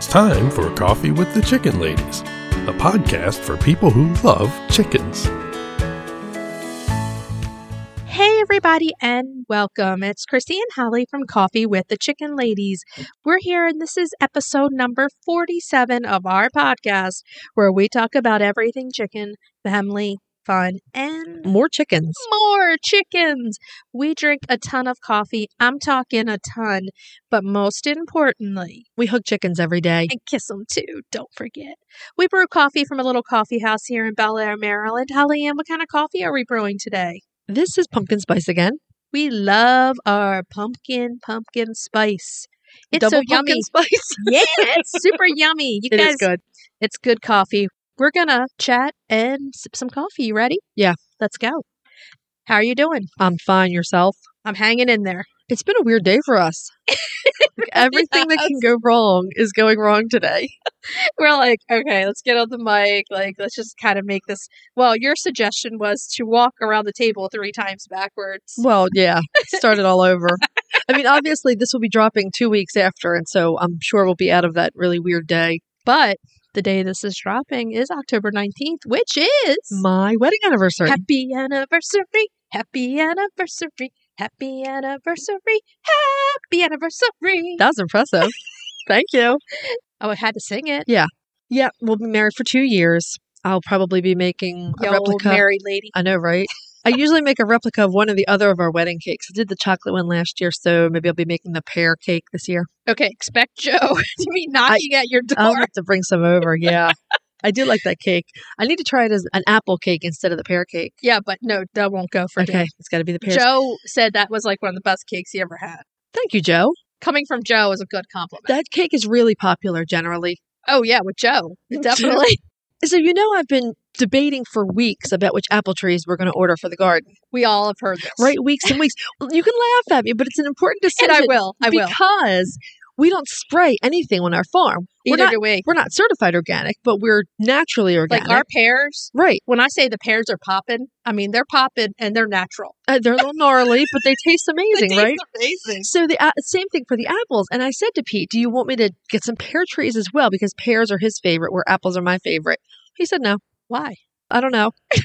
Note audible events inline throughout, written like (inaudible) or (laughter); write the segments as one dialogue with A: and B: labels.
A: time for Coffee with the Chicken Ladies, a podcast for people who love chickens.
B: Hey, everybody, and welcome. It's Christy and Holly from Coffee with the Chicken Ladies. We're here, and this is episode number 47 of our podcast, where we talk about everything chicken, family, fun, and
C: More chickens.
B: more chickens. We drink a ton of coffee. I'm talking a ton, but most importantly,
C: We hug chickens every day.
B: and kiss them too. Don't forget. We brew coffee from a little coffee house here in Bel Air, Maryland. Holly Ann, what kind of coffee are we brewing today?
C: This is pumpkin spice again.
B: We love our pumpkin pumpkin spice. It's so
C: Double pumpkin
B: yummy.
C: (laughs) spice.
B: yeah,
C: (laughs)
B: it's super yummy. You
C: It is
B: guys,
C: good.
B: it's good coffee. We're gonna chat and sip some coffee. You ready?
C: Yeah.
B: let's go. How are you doing?
C: I'm fine. Yourself?
B: I'm hanging in
C: (laughs)
B: there.
C: It's been a weird day for us. Like, everything that can go wrong is going wrong today.
B: (laughs) We're like, okay, let's get on the mic. Like, let's just kind of make this. Well, your suggestion was to walk around the table three times backwards.
C: Well, yeah. Start it all over. I mean, obviously, this will be dropping two weeks after, and so I'm sure we'll be out of that really weird day.
B: But the day this is dropping is October 19th, which is
C: My wedding anniversary.
B: happy anniversary, happy anniversary, happy anniversary, happy anniversary.
C: That was impressive. Thank you.
B: Oh, I had to sing it.
C: Yeah, we'll be married for two years. I'll probably be making a
B: Yo, old
C: replica
B: married lady.
C: I know, right? I usually make a replica of one or the other of our wedding cakes. I did the chocolate one last year, so maybe I'll be making the pear cake
B: (laughs)
C: this year.
B: Okay, expect Joe (laughs) to be knocking at your
C: I'll
B: door.
C: have to bring some over. Yeah. I do like that cake. I need to try it as an apple cake instead of the pear cake.
B: yeah, but no, that won't go for
C: Okay.
B: okay.
C: It's got to be the pear.
B: Joe said that was like one of the best cakes he ever had.
C: Thank you, Joe.
B: Coming from Joe is a good compliment.
C: That cake is really popular generally.
B: oh yeah, with
C: (laughs)
B: Joe, (laughs)
C: Joe.
B: definitely.
C: So, you know, I've been debating for weeks about which apple trees we're going to order for the garden,
B: we all have heard this,
C: right? Weeks
B: (laughs)
C: and weeks. Well, You can laugh at me, but it's an important
B: And
C: decision.
B: I will. I will.
C: Because we don't spray anything on our farm. We're
B: Either
C: not
B: do we.
C: we're not certified organic, but we're naturally organic.
B: Like our pears,
C: right.
B: when I say the pears are popping, I mean they're popping and they're natural.
C: Uh, they're a little gnarly, but they
B: (laughs)
C: taste amazing, right?
B: Amazing.
C: So the uh, same thing for the apples. And I said to Pete, "Do you want me to get some pear trees as well? Because pears are his favorite, where apples are my favorite." He said, "No,
B: Why?
C: I don't know. (laughs)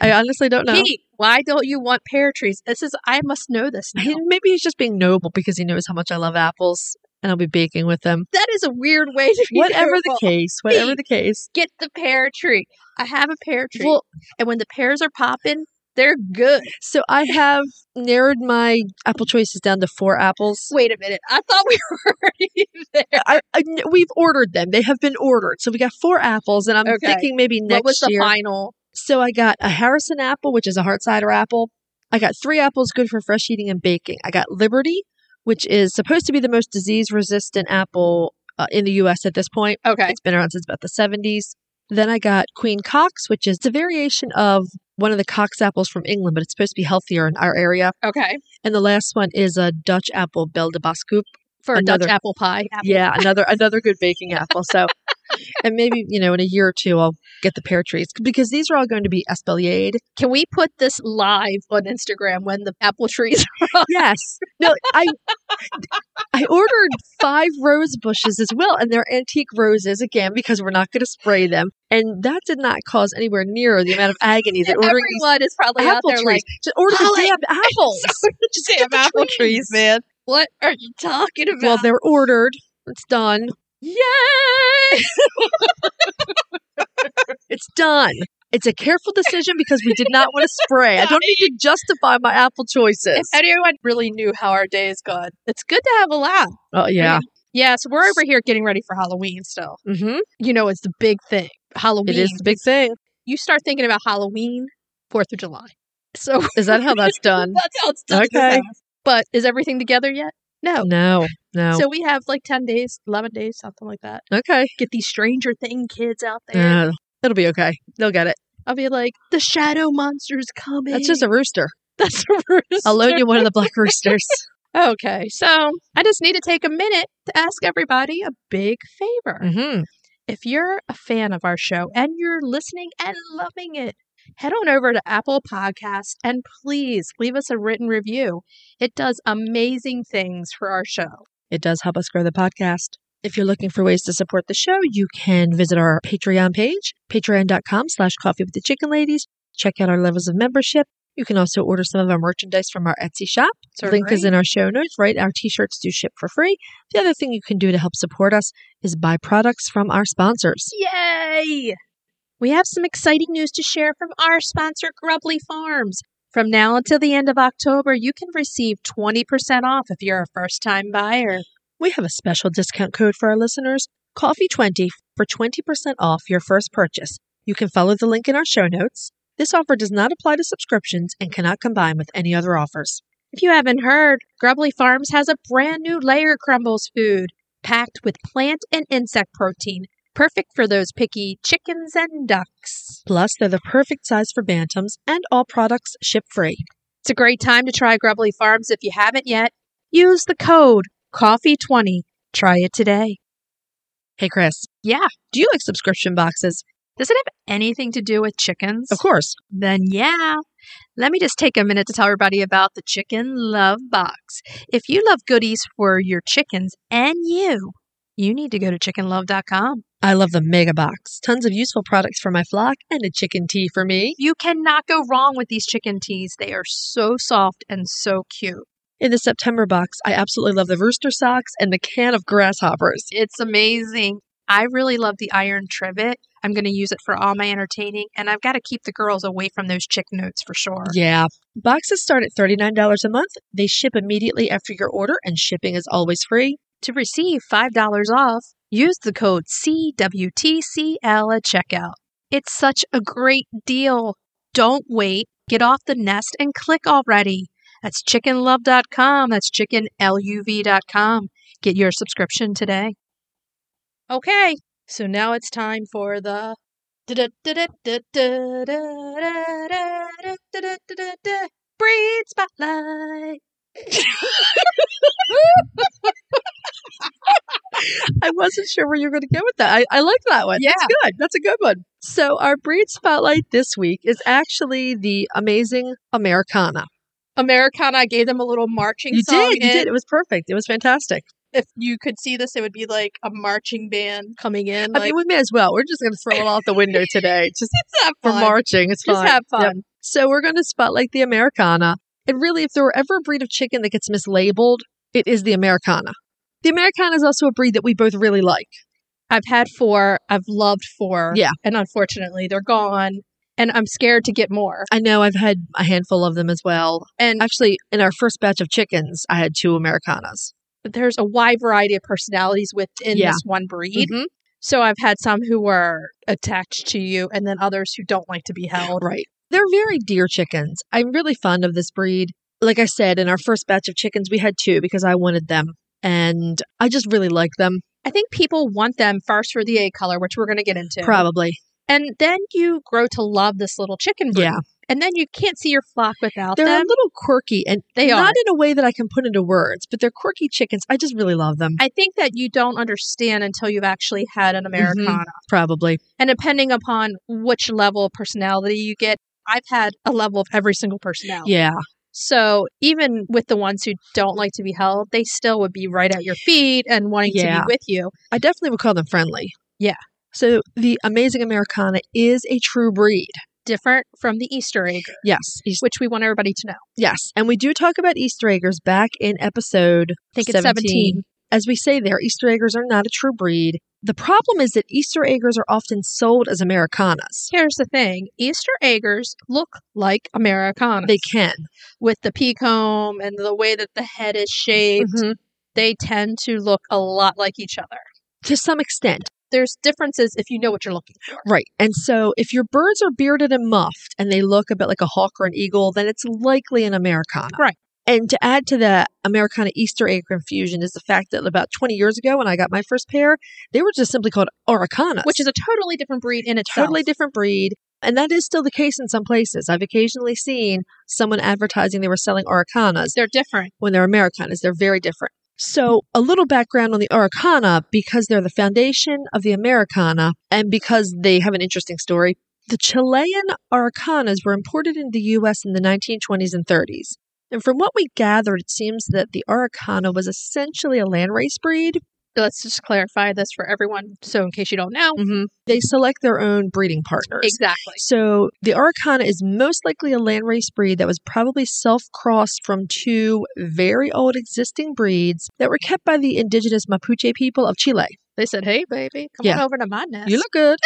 C: I honestly don't know."
B: Pete, why don't you want pear trees? This is I must know this now.
C: He-
B: (laughs)
C: maybe he's just being noble because he knows how much I love apples, and I'll be baking with them.
B: (laughs) that is a weird way to be
C: Whatever the
B: noble.
C: case, whatever the case.
B: Get the pear tree. I have a pear tree.
C: Well,
B: and when the pears are popping, they're good.
C: so I have narrowed my apple choices down to four apples.
B: Wait a minute. I thought we were already (laughs) there.
C: I, I kn- we've ordered them. They have been ordered. So we got four apples, and I'm
B: Okay.
C: thinking maybe next
B: what was the
C: year.
B: final?
C: so I got a Harrison apple, which is a hard cider apple. I got three apples good for fresh eating and baking. I got Liberty, which is supposed to be the most disease resistant apple uh, in the U.S. at this point.
B: Okay.
C: It's been around since about the 70s. Then I got Queen Cox, which is a variation of one of the Cox apples from England, but it's supposed to be healthier in our area.
B: Okay.
C: And the last one is a Dutch apple, Belle de Bascoup.
B: For a
C: Another-
B: Dutch apple pie. Apple-
C: Yeah, another another good baking apple.
B: (laughs)
C: So, and maybe you know in a year or two I'll get the pear trees because these are all going to be
B: (laughs)
C: espaliered.
B: Can we put this live on Instagram when the apple trees (laughs) are up?
C: Yes. No, I I ordered five rose bushes as well, and they're antique roses again because we're not going to spray them, and that did not cause anywhere near the amount of agony that ordering these
B: (laughs) Everyone is probably out
C: apple
B: there
C: trees.
B: like,
C: Just order
B: "Holly,
C: the
B: (laughs)
C: damn apples.
B: so
C: Just get the
B: man. What are you talking about?
C: Well, they're ordered. It's done.
B: Yay!
C: (laughs) It's done. It's a careful decision because we did not want to spray. I don't need to justify my apple
B: if
C: choices.
B: anyone really knew how our day has gone, it's good to have a laugh.
C: Oh yeah.
B: Yeah, so we're over here getting ready for Halloween still.
C: Mm-hmm.
B: You know, it's the big thing. Halloween.
C: It is the big thing.
B: You start thinking about Halloween, 4th of July. So
C: Is that how that's done?
B: (laughs) that's how it's done. in this
C: Okay.
B: house. But is everything together yet? No.
C: No, no.
B: So we have like 10 days, 11 days, something like that.
C: okay.
B: Get these Stranger Thing kids out there.
C: Uh, it'll be okay. They'll get it.
B: I'll be like, the shadow monster's coming.
C: That's just a rooster.
B: (laughs) That's a rooster.
C: I'll loan you one of the
B: (laughs)
C: black roosters.
B: Okay, so I just need to take a minute to ask everybody a big favor.
C: mm-hmm.
B: If you're a fan of our show and you're listening and loving it, head on over to Apple Podcasts and please leave us a written review. It does amazing things for our show.
C: It does help us grow the podcast. If you're looking for ways to support the show, you can visit our Patreon page, patreon.com slash coffee with the chicken ladies. Check out our levels of membership. You can also order some of our merchandise from our Etsy shop. The link is in our show notes, right? Our t shirts do ship for free. The other thing you can do to help support us is buy products from our sponsors.
B: Yay! We have some exciting news to share from our sponsor, Grubly Farms. From now until the end of October, you can receive 20% off if you're a first time buyer.
C: We have a special discount code for our listeners Coffee20 for 20% off your first purchase. You can follow the link in our show notes. This offer does not apply to subscriptions and cannot combine with any other offers.
B: If you haven't heard, Grubly Farms has a brand new layer crumbles food packed with plant and insect protein, perfect for those picky chickens and ducks.
C: Plus, they're the perfect size for bantams and all products ship free.
B: It's a great time to try Grubly Farms if you haven't yet. Use the code COFFEE20. Try it today.
C: Hey, Chris,
B: Yeah.
C: do you like subscription boxes?
B: Does it have anything to do with chickens?
C: Of course.
B: Then, yeah. Let me just take a minute to tell everybody about the Chicken Love Box. If you love goodies for your chickens and you, you need to go to chickenlove.com.
C: I love the mega box. Tons of useful products for my flock and a chicken tea for me.
B: You cannot go wrong with these chicken teas. They are so soft and so cute.
C: In the September box, I absolutely love the rooster socks and the can of grasshoppers.
B: It's amazing. I really love the iron trivet. I'm going to use it for all my entertaining, and I've got to keep the girls away from those chick notes for sure.
C: Yeah. Boxes start at $39 a month. They ship immediately after your order, and shipping is always free.
B: To receive $5 off, use the code CWTCL at checkout. It's such a great deal. Don't wait. Get off the nest and click already. That's chickenlove.com. That's chickenluv.com. Get your subscription today. Okay, so now it's time for the. (laughs) Breed Spotlight.
C: I wasn't sure where you were going to go with that. I, I like that one. That's good. That's a good one. So, our breed spotlight this week is actually the amazing Americana.
B: Americana. I gave them a little marching
C: You
B: song.
C: did. You
B: in.
C: did. It was perfect. It was fantastic.
B: If you could see this, it would be like a marching band coming in.
C: I mean, we may as well. We're just going to throw it out
B: (laughs)
C: the window today. Just for marching. It's
B: Just
C: fine.
B: have
C: Yep.
B: fun.
C: So we're going to spotlight the Americana. And really, if there were ever a breed of chicken that gets mislabeled, it is the Americana. The Americana is also a breed that we both really like.
B: I've had four. I've loved four.
C: Yeah.
B: And unfortunately, they're gone. And I'm scared to get more.
C: I know I've had a handful of them as well.
B: And
C: Actually, in our first batch of chickens, I had two Americanas.
B: there's a wide variety of personalities within
C: Yeah. Mm-hmm.
B: this one breed. So I've had some who were attached to you, and then others who don't like to be held.
C: Right. They're very dear chickens. I'm really fond of this breed. Like I said, in our first batch of chickens, we had two because I wanted them. And I just really like them,
B: I think people want them first for the egg color, which we're going to get into.
C: probably.
B: And then you grow to love this little chicken breed.
C: Yeah.
B: And then you can't see your flock without
C: They're
B: them.
C: a little quirky and
B: They
C: not
B: are.
C: in a way that I can put into words, but they're quirky chickens. I just really love them.
B: I think that you don't understand until you've actually had an
C: Mm-hmm.
B: Americana.
C: Probably.
B: And depending upon which level of personality you get, I've had a level of every single personality.
C: Yeah.
B: So even with the ones who don't like to be held, they still would be right at your feet and wanting to
C: Yeah.
B: be with you.
C: I definitely would call them friendly.
B: Yeah.
C: So the amazing Americana is a true breed.
B: Different from the Easter egg,
C: Yes. East-
B: which we want everybody to know.
C: yes. And we do talk about Easter eggers back in episode
B: I think it's 17.
C: As we say there, Easter eggers are not a true breed. The problem is that Easter eggers are often sold as Americanas.
B: Here's the thing Easter eggers look like Americanas
C: They can.
B: with the pea comb and the way that the head is shaped.
C: Mm-hmm.
B: They tend to look a lot like each other.
C: To some extent.
B: There's differences if you know what you're looking for.
C: Right. And so if your birds are bearded and muffed and they look a bit like a hawk or an eagle, then it's likely an Americana.
B: Right.
C: And to add to the Americana Easter egg confusion is the fact that about 20 years ago when I got my first pair, they were just simply called Oricanas,
B: Which is a totally different breed in itself.
C: totally different breed. And that is still the case in some places. I've occasionally seen someone advertising they were selling Oricanas
B: They're different.
C: when they're Americanas. They're very different. So, a little background on the Araucana because they're the foundation of the Americana and because they have an interesting story. The Chilean Araucanas were imported into the U.S. in the 1920s and 30s. And from what we gathered, it seems that the Araucana was essentially a landrace breed
B: let's just clarify this for everyone. So, in case you don't know,
C: hmm They select their own breeding partners.
B: exactly.
C: So the Arcana is most likely a landrace breed that was probably self-crossed from two very old existing breeds that were kept by the indigenous Mapuche people of Chile.
B: They said, "Hey, baby, come on
C: Yeah.
B: over to my nest."
C: You look good.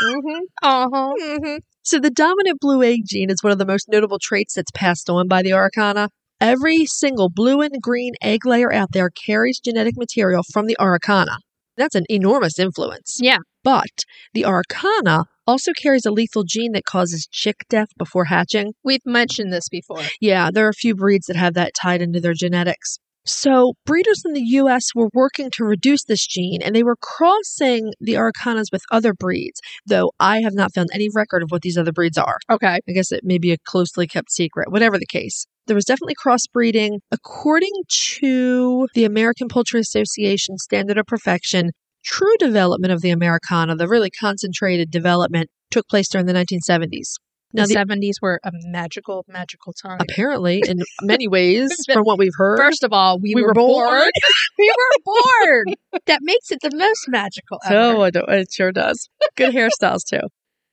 B: hmm Uh-huh.
C: So the dominant blue egg gene is one of the most notable traits that's passed on by the Arcana. Every single blue and green egg layer out there carries genetic material from the Arcana. That's an enormous influence.
B: Yeah.
C: But the Arcana also carries a lethal gene that causes chick death before hatching.
B: We've mentioned this before.
C: Yeah, there are a few breeds that have that tied into their genetics. So, breeders in the US were working to reduce this gene and they were crossing the Arcanas with other breeds, though I have not found any record of what these other breeds are.
B: Okay.
C: I guess it may be a closely kept secret, whatever the case. There was definitely crossbreeding. According to the American Poultry Association Standard of Perfection, true development of the Americana, the really concentrated development, took place during the 1970s. Now,
B: the
C: the,
B: seventies were a magical, magical time.
C: apparently,
B: (laughs)
C: in many ways, from what we've heard,
B: First of all, we,
C: We
B: were,
C: were
B: born. (laughs)
C: born.
B: we were
C: (laughs)
B: born. That makes it the most magical ever.
C: Oh, I don't- it sure does. Good hairstyles, too.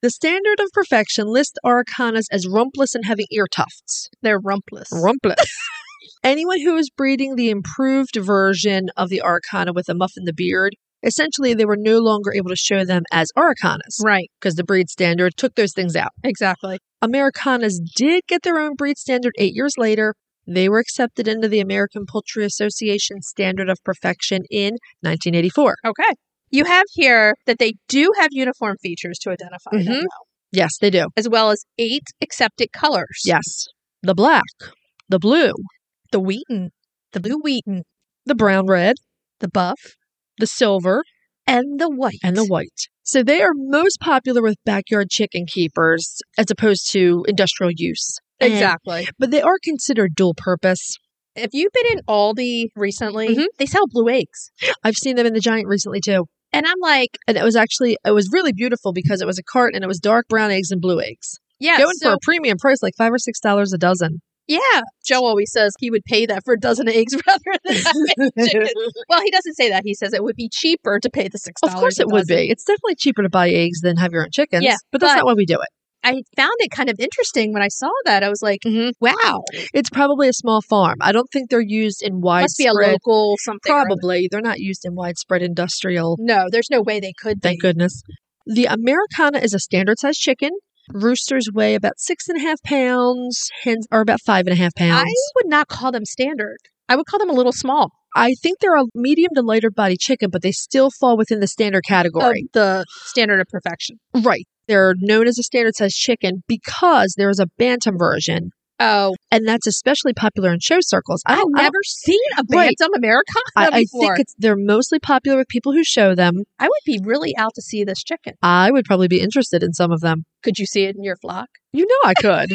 C: The standard of perfection lists Arcanas as rumpless and having ear tufts.
B: They're rumpless. (laughs)
C: Rumpless. (laughs) Anyone who is breeding the improved version of the Arcana with a muff in the beard, essentially they were no longer able to show them as Arcanas
B: Right.
C: because the breed standard took those things out.
B: Exactly.
C: Americanas did get their own breed standard eight years later. They were accepted into the American Poultry Association Standard of Perfection in 1984.
B: Okay. You have here that they do have uniform features to identify them,
C: Mhm.
B: though,
C: Yes, they do.
B: as well as eight accepted colors.
C: Yes. The black, the blue,
B: The Wheaton, the blue Wheaton,
C: the brown red,
B: the buff,
C: the silver,
B: and the white.
C: and the white. So they are most popular with backyard chicken keepers as opposed to industrial use. And-
B: Exactly.
C: but they are considered dual purpose.
B: If you've been in Aldi recently,
C: Mhm.
B: they sell blue eggs.
C: I've seen them in the Giant recently too.
B: And I'm like,
C: And it was actually, it was really beautiful because it was a cart and it was dark brown eggs and blue eggs.
B: yeah,
C: Going
B: so
C: for a premium price, like five or six dollars a dozen.
B: Yeah. Joe always says he would pay that for a dozen eggs (laughs) rather than
C: (laughs)
B: having (laughs) chicken. Well, he doesn't say that. He says it would be cheaper to pay the six
C: of
B: dollars.
C: course
B: a
C: it would
B: dozen.
C: be. It's definitely cheaper to buy eggs than have your own chickens.
B: Yeah,
C: but that's
B: but-
C: not why we do it.
B: I found it kind of interesting when I saw that. I was like,
C: Mhm.
B: wow.
C: It's probably a small farm. I don't think they're used in
B: Must be a
C: widespread.
B: local something. or other.
C: probably. They're not used in widespread industrial
B: No, there's no way they could
C: Thank
B: be.
C: goodness. The Americana is a standard sized chicken. Roosters weigh about six and a half pounds. Hens are about five and a half
B: I
C: pounds.
B: would not call them standard. I would call them a little small.
C: I, think they're a medium to lighter body chicken, but they still fall within the standard
B: Of
C: category.
B: the standard of perfection.
C: right. They're known as a standard sized chicken because there is a bantam version,
B: Oh,
C: and that's especially popular in show circles. I,
B: I've
C: don't- I don't-
B: never seen a
C: Right.
B: bantam Americana
C: I, I
B: before.
C: think it's, they're mostly popular with people who show them.
B: I would be really out to see this chicken.
C: I would probably be interested in some of them.
B: Could you see it in your flock?
C: You know
B: (laughs)
C: I could.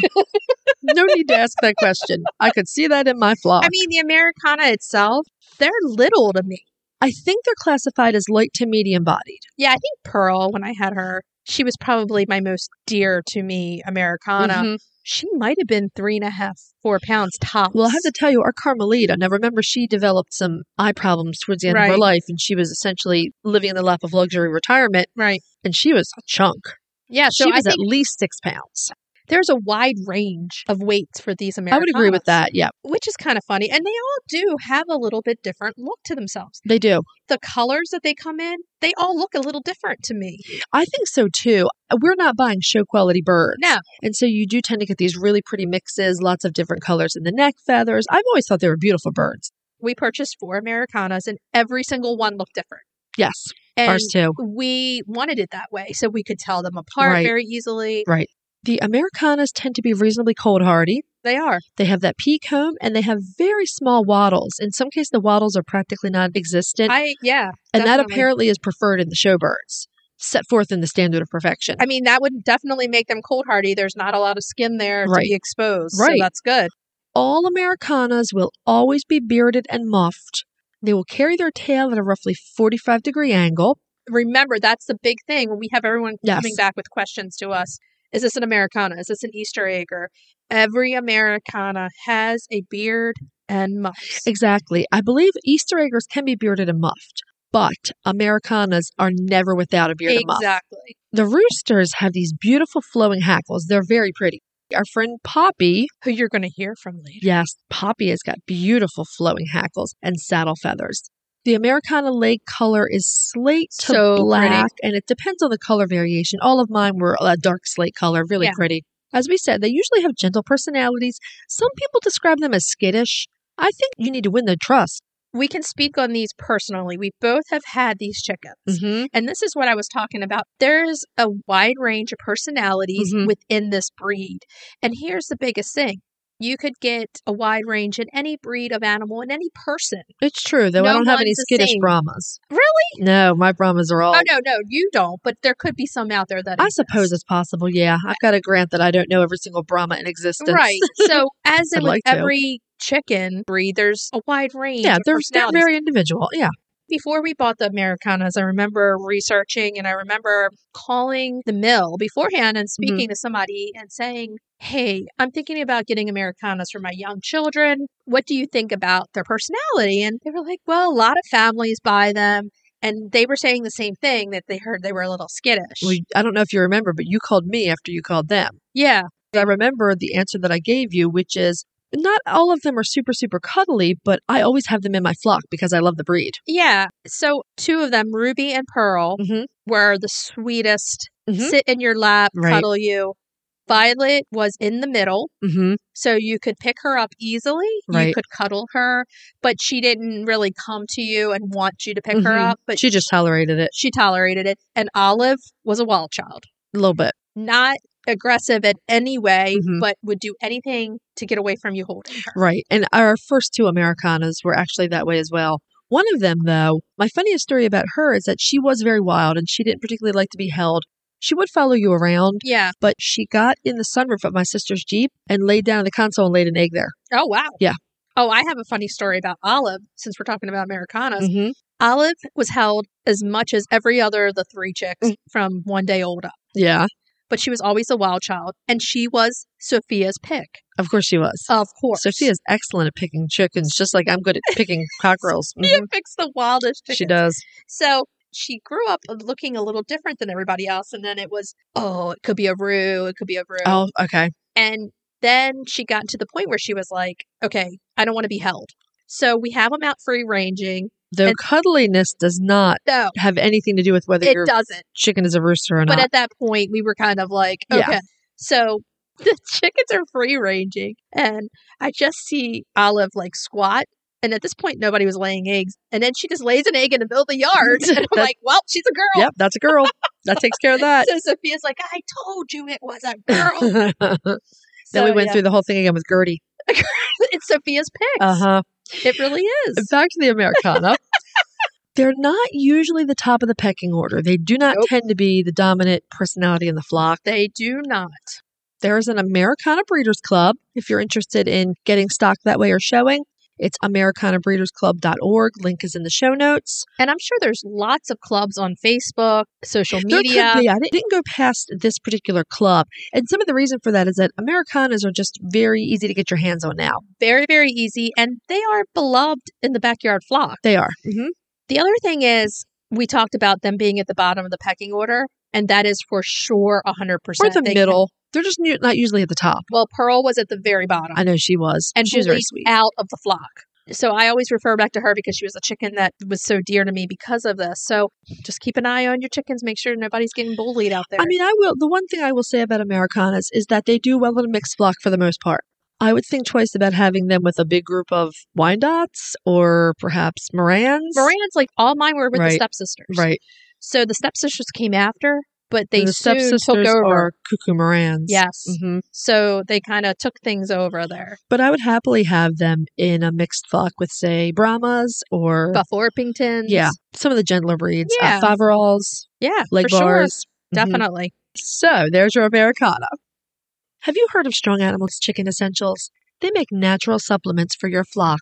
C: no need to ask that question. I could see that in my flock.
B: I mean, the Americana itself, they're little to me.
C: I think they're classified as light to medium bodied.
B: Yeah, I think Pearl, when I had her, she was probably my most dear to me Americana.
C: Mm-hmm.
B: She might have been three and a half, four pounds tops.
C: Well, I have to tell you, our Carmelita, now remember, she developed some eye problems towards the end of her
B: Right.
C: life, and she was essentially living in the lap of luxury retirement,
B: right.
C: and she was a chunk.
B: Yeah, so
C: she
B: I
C: was
B: think
C: at least six pounds.
B: there's a wide range of weights for these Americanas.
C: I would agree with that. Yeah,
B: Which is kind of funny. And they all do have a little bit different look to themselves.
C: they do.
B: The colors that they come in, they all look a little different to me.
C: I think so too. We're not buying show quality birds.
B: No.
C: And so you do tend to get these really pretty mixes, lots of different colors in the neck feathers. I've always thought they were beautiful birds.
B: We purchased four Americanas and every single one looked different.
C: Yes,
B: And
C: ours too.
B: we wanted it that way so we could tell them apart
C: Right.
B: very easily.
C: Right. The Americanas tend to be reasonably cold hardy.
B: They are.
C: They have that pea comb and they have very small wattles. In some cases, the wattles are practically non existent.
B: I yeah,
C: And that
B: definitely.
C: apparently is preferred in the showbirds, set forth in the standard of perfection.
B: I mean, that would definitely make them cold hardy. There's not a lot of skin there to
C: Right.
B: be exposed, so
C: Right.
B: that's good.
C: All Americanas will always be bearded and muffed. They will carry their tail at a roughly 45 degree angle.
B: Remember, that's the big thing when we have everyone
C: Yes.
B: coming back with questions to us. Is this an Americana? Is this an Easter egg? Or every Americana has a beard and muffs.
C: Exactly. I believe Easter eggers can be bearded and muffed. but Americanas are never without a beer to muff.
B: Exactly.
C: The roosters have these beautiful flowing hackles. They're very pretty. Our friend Poppy,
B: Who you're going to hear from later.
C: yes, Poppy has got beautiful flowing hackles and saddle feathers. The Americana leg color is slate to
B: So pretty.
C: black, and it depends on the color variation. All of mine were a dark slate color, really
B: Yeah.
C: pretty. As we said, they usually have gentle personalities. Some people describe them as skittish. I think you need to win their trust.
B: We can speak on these personally. We both have had these chickens.
C: Mm-hmm.
B: And this is what I was talking about. There's a wide range of personalities
C: Mhm.
B: within this breed. And here's the biggest thing you could get a wide range in any breed of animal and any person.
C: It's true, though. I
B: No
C: don't have any
B: one's the
C: skittish
B: same.
C: Brahmas.
B: Really?
C: No, my Brahmas are all.
B: Oh, no, no, you don't. But there could be some out there that
C: I
B: exist.
C: suppose it's possible. Yeah, I've got to grant that I don't know every single Brahma in existence.
B: Right. So, as in
C: (laughs) I'd
B: with
C: like to.
B: every chicken breed, there's a wide range.
C: Yeah,
B: of
C: they're, they're
B: personalities.
C: very individual. Yeah.
B: before we bought the Americanas, I remember researching and I remember calling the mill beforehand and
C: Mm-hmm.
B: speaking to somebody and saying, Hey, I'm thinking about getting Americanas for my young children. What do you think about their personality? And they were like, Well, a lot of families buy them. And they were saying the same thing that they heard they were a little skittish.
C: Well, I don't know if you remember, but you called me after you called them.
B: yeah.
C: I remember the answer that I gave you, which is not all of them are super, super cuddly, but I always have them in my flock because I love the breed.
B: Yeah. So two of them, Ruby and Pearl,
C: Mm-hmm.
B: were the sweetest.
C: Mhm.
B: Sit in your lap,
C: Right.
B: cuddle you. Violet was in the middle.
C: Mm-hmm.
B: So you could pick her up easily. You
C: Right.
B: could cuddle her, but she didn't really come to you and want you to pick her
C: Mhm.
B: up, but she,
C: She just tolerated it
B: tolerated it. And Olive was a wild child,
C: a little bit.
B: not aggressive in any way,
C: Mhm.
B: but would do anything to get away from you holding her.
C: Right. And our first two Americanas were actually that way as well. One of them, though, my funniest story about her is that she was very wild and she didn't particularly like to be held. She would follow you around,
B: Yeah.
C: but she got in the sunroof of my sister's Jeep and laid down on the console and laid an egg there.
B: Oh, wow.
C: Yeah.
B: Oh, I have a funny story about Olive since we're talking about Americanas.
C: Mm-hmm.
B: Olive was held as much as every other of the three chicks
C: Mm.
B: from one day old up,
C: Yeah,
B: but she was always a wild child and she was Sophia's pick.
C: of course she was.
B: Of course.
C: Sophia's excellent at picking chickens, just like I'm good at
B: (laughs)
C: picking cockerels.
B: She
C: Mhm.
B: picks the wildest chickens.
C: She does.
B: So she grew up uh, looking a little different than everybody else. And then it was, oh, it could be a roux. It could be a roux.
C: Oh, okay.
B: And then she got to the point where she was like, okay, I don't want to be held. So we have them out free ranging.
C: Though
B: And-
C: cuddliness does not
B: No,
C: have anything to do with whether
B: it
C: your
B: doesn't.
C: chicken is a rooster or
B: But
C: not.
B: at that point, we were kind of like,
C: Yeah.
B: okay. So (laughs) the chickens are free ranging. And I just see Olive like squat. And at this point, nobody was laying eggs. And then she just lays an egg in the middle of the yard. (laughs) And I'm
C: That's-
B: like, well, she's a girl.
C: yep, that's a girl. that takes care
B: (laughs)
C: of that.
B: So Sophia's like, I told you it was
C: (laughs)
B: a girl.
C: then
B: So,
C: we went
B: yeah.
C: through the whole thing again with Gertie.
B: it's Sophia's picks.
C: Uh huh.
B: It really is.
C: Back to the Americana. (laughs) They're not usually the top of the pecking order. They do not
B: Nope.
C: tend to be the dominant personality in the flock.
B: They do not.
C: There is an Americana Breeders Club if you're interested in getting stock that way or showing. It's americanabreedersclub.org. Link is in the show notes.
B: And I'm sure there's lots of clubs on Facebook, social
C: There
B: media.
C: could be. I didn't- didn't go past this particular club. And some of the reason for that is that Americanas are just very easy to get your hands on now.
B: Very, very easy. And they are beloved in the backyard flock.
C: They are. Mm-hmm.
B: The other thing is, we talked about them being at the bottom of the pecking order. And that is for sure 100%.
C: Or the
B: They-
C: middle. They're just nu- not usually at the top.
B: well, Pearl was at the very bottom.
C: I know she was.
B: and
C: she was very
B: bullied
C: sweet.
B: out of the flock. So I always refer back to her because she was a chicken that was so dear to me because of this. So just keep an eye on your chickens. Make sure nobody's getting bullied out there.
C: I mean, I will. The one thing I will say about Americanas is that they do well in a mixed flock for the most part. I would think twice about having them with a big group of Wyandottes or perhaps Morans.
B: Miranda's like all mine were with the
C: Right.
B: stepsisters.
C: Right.
B: So the stepsisters came after, but they
C: And the
B: soon took
C: stepsisters
B: over.
C: are cuckoo Morans.
B: Yes.
C: hmm
B: So they kind of took things over there.
C: But I would happily have them in a mixed flock with, say, Brahmas or
B: Buff Orpingtons.
C: yeah, some of the gentler breeds,
B: Yeah.
C: uh, Faverolles,
B: Yeah.
C: Leg
B: for
C: Bars. Mhm.
B: sure. Definitely.
C: So there's your Americana. Have you heard of Strong Animals Chicken Essentials? They make natural supplements for your flock.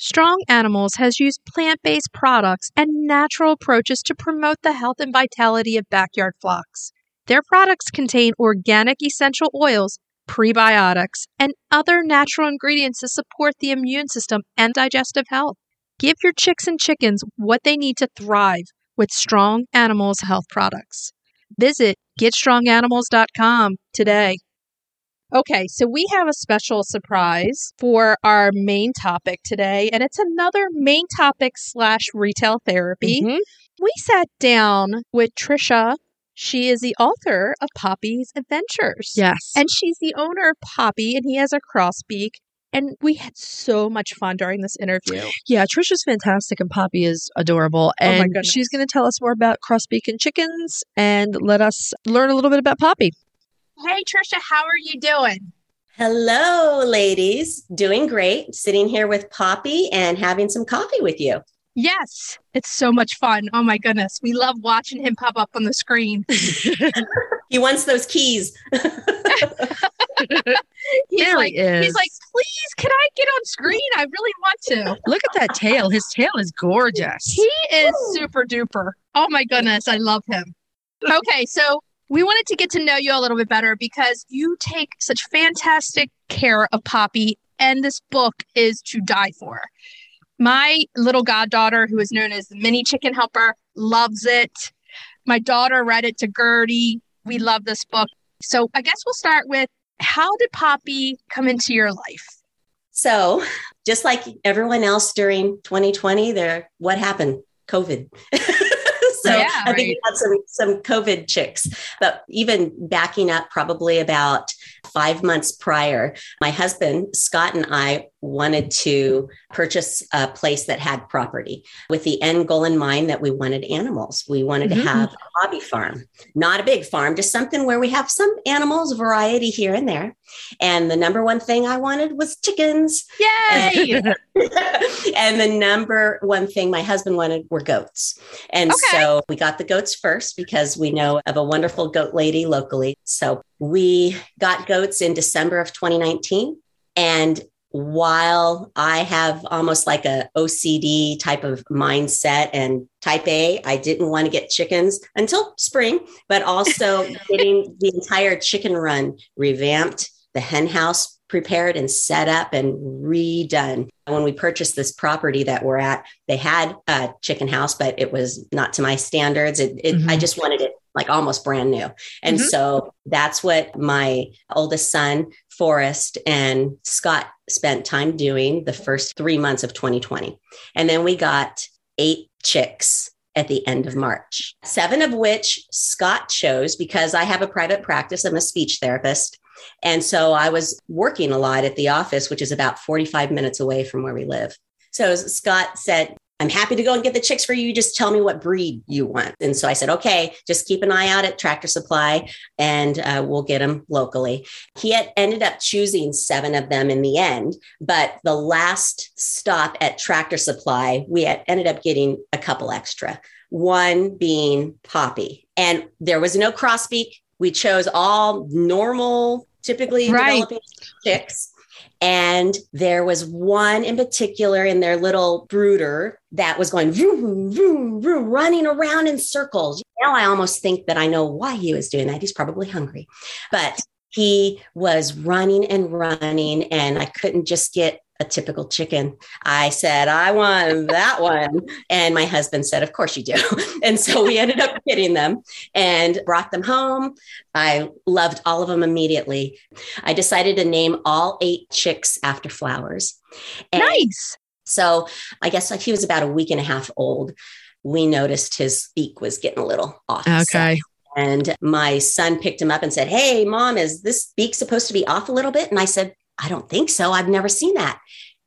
B: Strong Animals has used plant based products and natural approaches to promote the health and vitality of backyard flocks. Their products contain organic essential oils, prebiotics, and other natural ingredients to support the immune system and digestive health. Give your chicks and chickens what they need to thrive with Strong Animals health products. Visit getstronganimals.com today. Okay, so we have a special surprise for our main topic today, and it's another main topic slash retail therapy.
C: Mhm.
B: We sat down with Trisha. She is the author of Poppy's Adventures.
C: Yes.
B: And she's the owner of Poppy, and he has a crossbeak. And we had so much fun during this interview.
C: Yeah, Trisha's fantastic and Poppy is adorable.
B: Oh my
C: And
B: goodness.
C: she's going to tell us more about crossbeak and chickens and let us learn a little bit about Poppy.
B: Hey, Trisha, how are you doing?
D: Hello, ladies. Doing great. Sitting here with Poppy and having some coffee with you.
B: Yes, it's so much fun. Oh my goodness. We love watching him pop up on the screen.
D: He wants those keys.
B: He's
C: There he
B: like, he's
C: is.
B: like, please, can I get on screen? I really want to.
C: Look at that tail. His tail is gorgeous.
B: He is
D: Woo.
B: super duper. Oh my goodness, I love him. Okay, so we wanted to get to know you a little bit better because you take such fantastic care of Poppy, and this book is to die for. My little goddaughter, who is known as the mini chicken helper, loves it. My daughter read it to Gertie. We love this book. So I guess we'll start with how did Poppy come into your life?
D: So, just like everyone else during 2020, there what happened? COVID. (laughs) so
B: Yeah,
D: I think we had some some COVID chicks. But even backing up probably about five months prior, my husband Scott and I wanted to purchase a place that had property with the end goal in mind that we wanted animals. We wanted
C: Mhm.
D: to have a hobby farm, not a big farm, just something where we have some animals, variety here and there. And the number one thing I wanted was chickens
B: Yay!
D: (laughs) and the number one thing my husband wanted were goats. And
B: Okay.
D: so we got the goats first because we know of a wonderful goat lady locally. So we got goats in December of 2019. And while I have almost like a OCD type of mindset and type A, I didn't want to get chickens until spring, but also getting the entire chicken run revamped, the hen house prepared and set up and redone. When we purchased this property that we're at, they had a chicken house, but it was not to my standards. It, it, I
C: Mhm.
D: just wanted it like almost brand new. And
B: Mhm.
D: so that's what my oldest son, Forrest, and Scott spent time doing the first three months of 2020. And then we got eight chicks at the end of March, seven of which Scott chose because I have a private practice. I'm a speech therapist. And so I was working a lot at the office, which is about 45 minutes away from where we live. So Scott said, I'm happy to go and get the chicks for you. You Just tell me what breed you want. And so I said, okay, just keep an eye out at Tractor Supply and uh, we'll get them locally. He had ended up choosing seven of them in the end, but the last stop at Tractor Supply, we had ended up getting a couple extra, one being Poppy. And there was no crossbeak. We chose all normal, typically
B: Right.
D: developing chicks. And there was one in particular in their little brooder that was going vroom, vroom, vroom, running around in circles. Now I almost think that I know why he was doing that. He's probably hungry. But he was running and running, and I couldn't just get a typical chicken. I said, I want that one. And my husband said, Of course you do. (laughs) And so we ended up getting them and brought them home. I loved all of them immediately. I decided to name all eight chicks after flowers. And
B: (laughs) Nice.
D: so I guess like he was about a week and a half old. We noticed his beak was getting a little off. So-
C: Okay.
D: and my son picked him up and said, Hey, mom, is this beak supposed to be off a little bit? And I said, I don't think so. I've never seen that.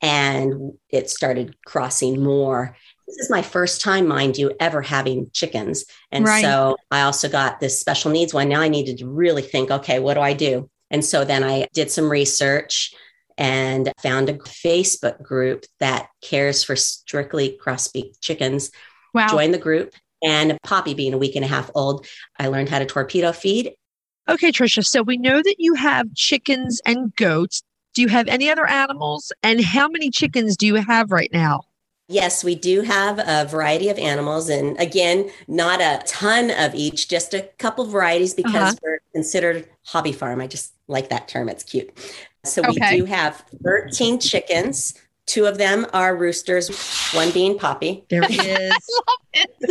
D: And it started crossing more. This is my first time, mind you, ever having chickens. And
B: Right.
D: so I also got this special needs one. Now I needed to really think, okay, what do I do? And so then I did some research and found a Facebook group that cares for strictly crossbeak chickens
B: Wow.
D: joined the group. And Poppy, being a week and a half old, I learned how to torpedo feed.
C: Okay, Trisha. So we know that you have chickens and goats. Do you have any other animals? And how many chickens do you have right now?
D: Yes, we do have a variety of animals. And again, not a ton of each, just a couple varieties because
C: Uh-huh.
D: we're considered hobby farm. I just like that term, it's cute. So
B: Okay.
D: we do have 13 chickens, Two of them are roosters, one being Poppy,
C: There he is. (laughs)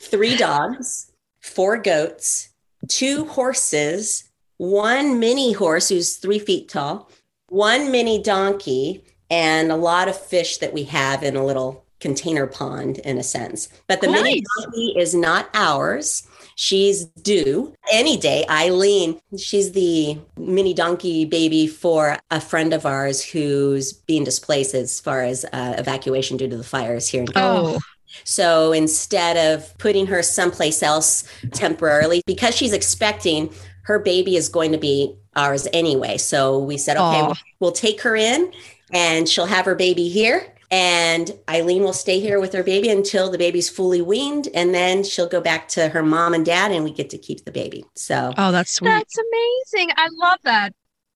D: three dogs, four goats, two horses, one mini horse who's three feet tall, one mini donkey, and a lot of fish that we have in a little container pond, in a sense. But the mini
C: Nice.
D: donkey is not ours. She's due any day. Eileen, she's the mini donkey baby for a friend of ours who's being displaced as far as uh, evacuation due to the fires here in
C: Oh,
D: so instead of putting her someplace else temporarily, because she's expecting, her baby is going to be ours anyway. So we said, okay,
C: Aw.
D: we'll, we'll take her in and she'll have her baby here. And Eileen will stay here with her baby until the baby's fully weaned. And then she'll go back to her mom and dad and we get to keep the baby. So
C: oh, that's sweet.
B: That's amazing. I love that.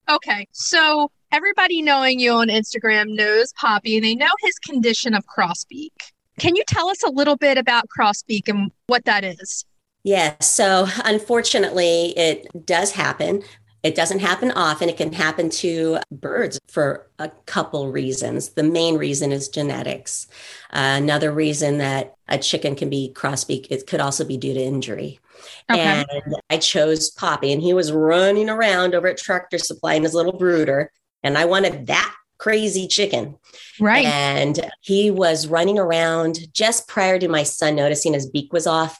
B: Okay. So everybody knowing you on Instagram knows Poppy and they know his condition of crossbeak. Can you tell us a little bit about crossbeak and what that is?
D: Yeah. So unfortunately, it does happen. It doesn't happen often. It can happen to birds for a couple reasons. The main reason is genetics. Uh, another reason that a chicken can be crossbeak, it could also be due to injury.
B: Okay.
D: And I chose Poppy, and he was running around over at Tractor Supply in his little brooder. And I wanted that crazy chicken.
B: right.
D: And he was running around just prior to my son noticing his beak was off.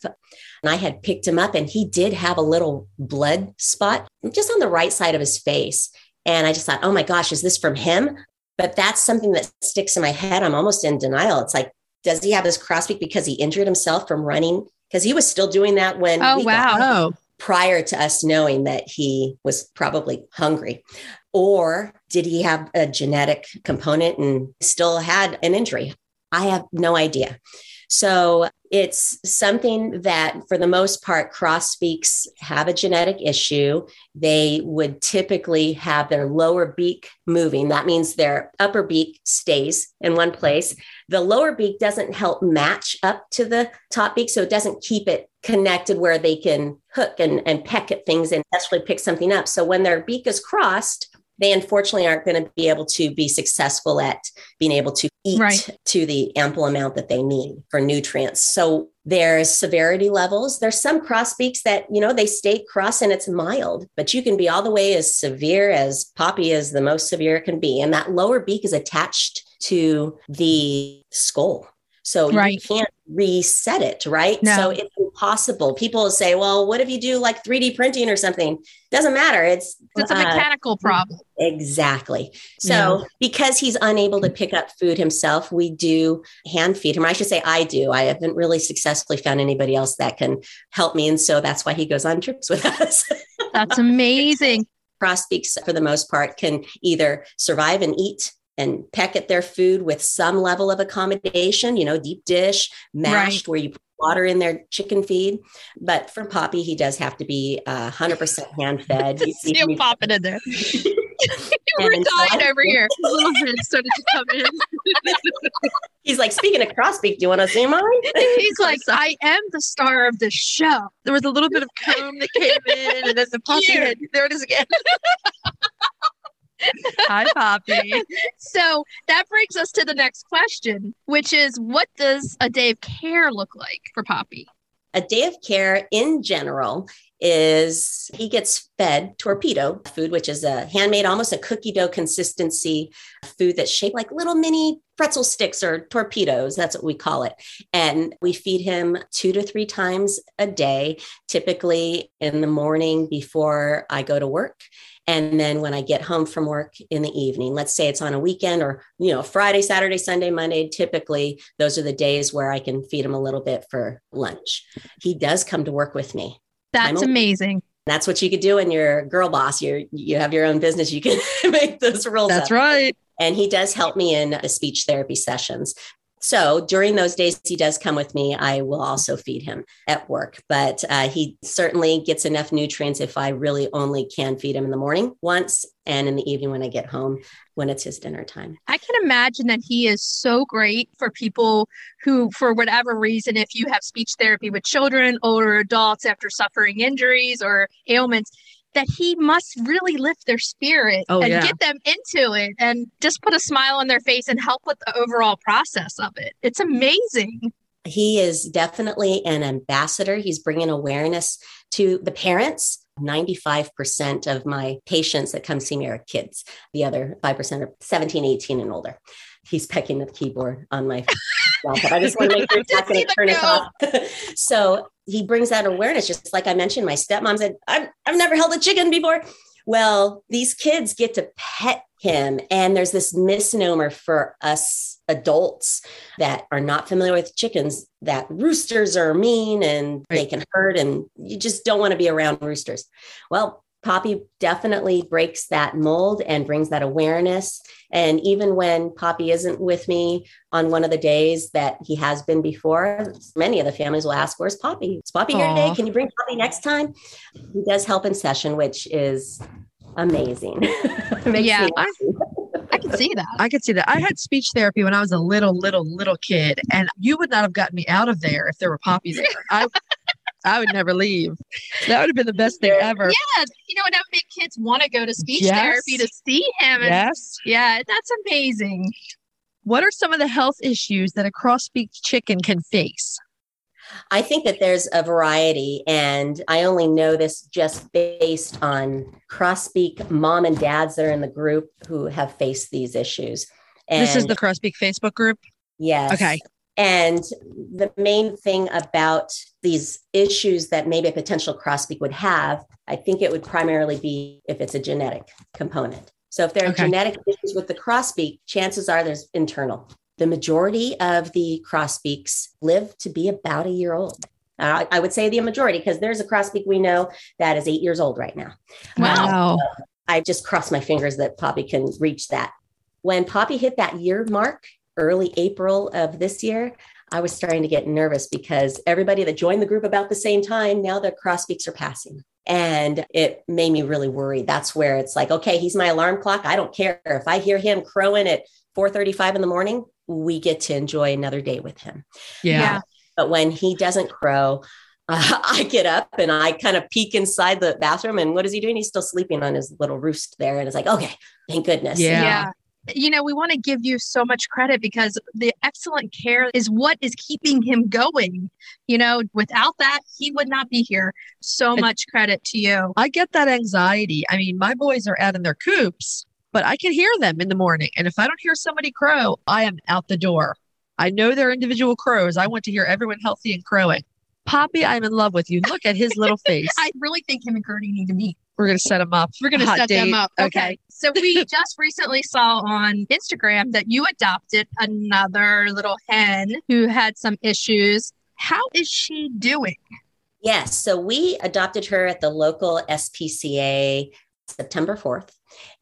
D: And I had picked him up, and he did have a little blood spot just on the right side of his face. And I just thought, oh my gosh, is this from him? But that's something that sticks in my head. I'm almost in denial. It's like, does he have this crossbeak because he injured himself from running? Because he was still doing that when
B: Oh,
D: we got
B: wow.
D: him
C: Oh,
D: prior to us knowing that he was probably hungry? Or did he have a genetic component and still had an injury? I have no idea. So it's something that, for the most part, crossbeaks have a genetic issue. They would typically have their lower beak moving. That means their upper beak stays in one place. The lower beak doesn't help match up to the top beak, so it doesn't keep it connected where they can hook and, and peck at things and actually pick something up. So when their beak is crossed, they unfortunately aren't going to be able to be successful at being able to eat
B: Right.
D: to the ample amount that they need for nutrients. So there's severity levels. There's some crossbeaks that, you know, they stay cross and it's mild, but you can be all the way as severe as poppy is the most severe it can be. And that lower beak is attached to the skull. So you
B: Right.
D: can't reset it, right?
B: No.
D: So it's impossible. People say, well, what if you do like 3D printing or something? Doesn't matter. It's
B: It's a
D: uh,
B: mechanical problem.
D: Exactly. So, because he's unable to pick up food himself, we do hand feed him. I should say, I do. I haven't really successfully found anybody else that can help me. And so that's why he goes on trips with (laughs) us.
B: That's
D: (laughs)
B: amazing.
D: Prospects, for the most part, can either survive and eat and peck at their food with some level of accommodation, you know, deep dish, mashed, where you put water in their chicken feed. But for Poppy, he does have to be uh, 100% hand
B: (laughs)
D: fed.
B: See him popping in
D: (laughs)
B: there. (laughs) We're
D: And so I-
B: dying over
D: (laughs)
B: here. His little head started to come in.
D: He's like, speaking of crossbeak, do you want to see mine?
B: He's like, I am the star of this
D: (laughs)
B: show.
C: there was a little bit of comb that came in, and then the poppy
B: Cute.
C: head. There it is again. Hi, Poppy.
B: So that brings us to the next question, which is what does a day of care look like for Poppy?
D: A day of care in general is he gets fed torpedo food, which is a handmade, almost a cookie dough consistency food that's shaped like little mini pretzel sticks or torpedoes. That's what we call it. And we feed him two to three times a day, typically in the morning before I go to work. And then when I get home from work in the evening, let's say it's on a weekend or, you know, Friday, Saturday, Sunday, Monday, typically those are the days where I can feed him a little bit for lunch. He does come to work with me.
B: That's
D: I'm a-
B: amazing.
D: That's what you could do when you're a girl boss. You're, you have your own business. You can (laughs) make those rules up
C: That's right.
D: and he does help me in the speech therapy sessions. So during those days he does come with me, I will also feed him at work. But uh, he certainly gets enough nutrients if I really only can feed him in the morning once and in the evening when I get home when it's his dinner time.
B: I can imagine that he is so great for people who, for whatever reason, if you have speech therapy with children, older adults after suffering injuries or ailments, that he must really lift their spirit
C: Oh,
B: and
C: yeah.
B: get them into it and just put a smile on their face and help with the overall process of it. It's amazing.
D: He is definitely an ambassador. He's bringing awareness to the parents. 95% of my patients that come see me are kids. The other 5% are 17, 18, and older. He's pecking the keyboard on my laptop. I just want to make sure it's not going
B: Didn't see
D: to turn
B: the
D: it off. (laughs) so he brings that awareness. Just like I mentioned, my stepmom said, I've, I've never held a chicken before. Well, these kids get to pet him. And there's this misnomer for us adults that are not familiar with chickens that roosters are mean and they
C: Right.
D: can hurt and you just don't want to be around roosters. Well, Poppy definitely breaks that mold and brings that awareness. And even when Poppy isn't with me on one of the days that he has been before, many of the families will ask, Where's Poppy? Is Poppy here today?
C: Aw.
D: Can you bring Poppy next time? He does help in session, which is amazing. (laughs) Makes
B: Yeah,
D: me
C: I-
B: I can see that.
C: I could see that. I had speech therapy when I was a little, little, little kid, and you would not have gotten me out of there if there were Poppy there. I, I would never leave. That would have been the best thing ever.
B: Yeah, you know, and that would make kids want to go to speech
C: Yes.
B: therapy to see him. and-
C: Yes.
B: yeah, that's amazing.
C: What are some of the health issues that a cross-speak chicken can face?
D: I think that there's a variety, and I only know this just based on cross-speak mom and dads that are in the group who have faced these issues. And
C: this is the cross-speak Facebook group.
D: yes,
C: Okay.
D: And the main thing about these issues that maybe a potential cross-speak would have, I think it would primarily be if it's a genetic component. So if there are
C: Okay.
D: genetic issues with the cross-speak, chances are there's internal. The majority of the cross-speaks live to be about a year old. Uh, I would say the majority because there's a cross-speak we know that is eight years old right now.
B: Wow.
D: I just cross my fingers that Poppy can reach that. When Poppy hit that year mark, early April of this year, I was starting to get nervous because everybody that joined the group about the same time, now their cross speaks are passing. And it made me really worried. That's where it's like, okay, he's my alarm clock. I don't care. If I hear him crowing at 4:35 in the morning, we get to enjoy another day with him.
C: Yeah.
D: But when he doesn't crow, uh, (laughs) I get up and I kind of peek inside the bathroom. And what is he doing? He's still sleeping on his little roost there. And it's like, okay, thank goodness.
C: Yeah.
B: Yeah. You know, we want to give you so much credit because the excellent care is what is keeping him going. You know, without that, he would not be here. So
C: And-
B: much credit to you.
C: I get that anxiety. I mean, my boys are out in their coops, but I can hear them in the morning. And if I don't hear somebody crow, I am out the door. I know they're individual crows. I want to hear everyone healthy and crowing. Poppy, I'm in love with you. Look at
B: (laughs)
C: his little face.
B: I really think him and Gertie need to meet.
C: We're going to set him up.
B: We're going to
C: Hot
B: set
C: date.
B: them up.
C: Okay.
B: so we
C: (laughs)
B: just recently saw on Instagram that you adopted another little hen who had some issues. How is she doing?
D: Yes. So we adopted her at the local SPCA September 4th,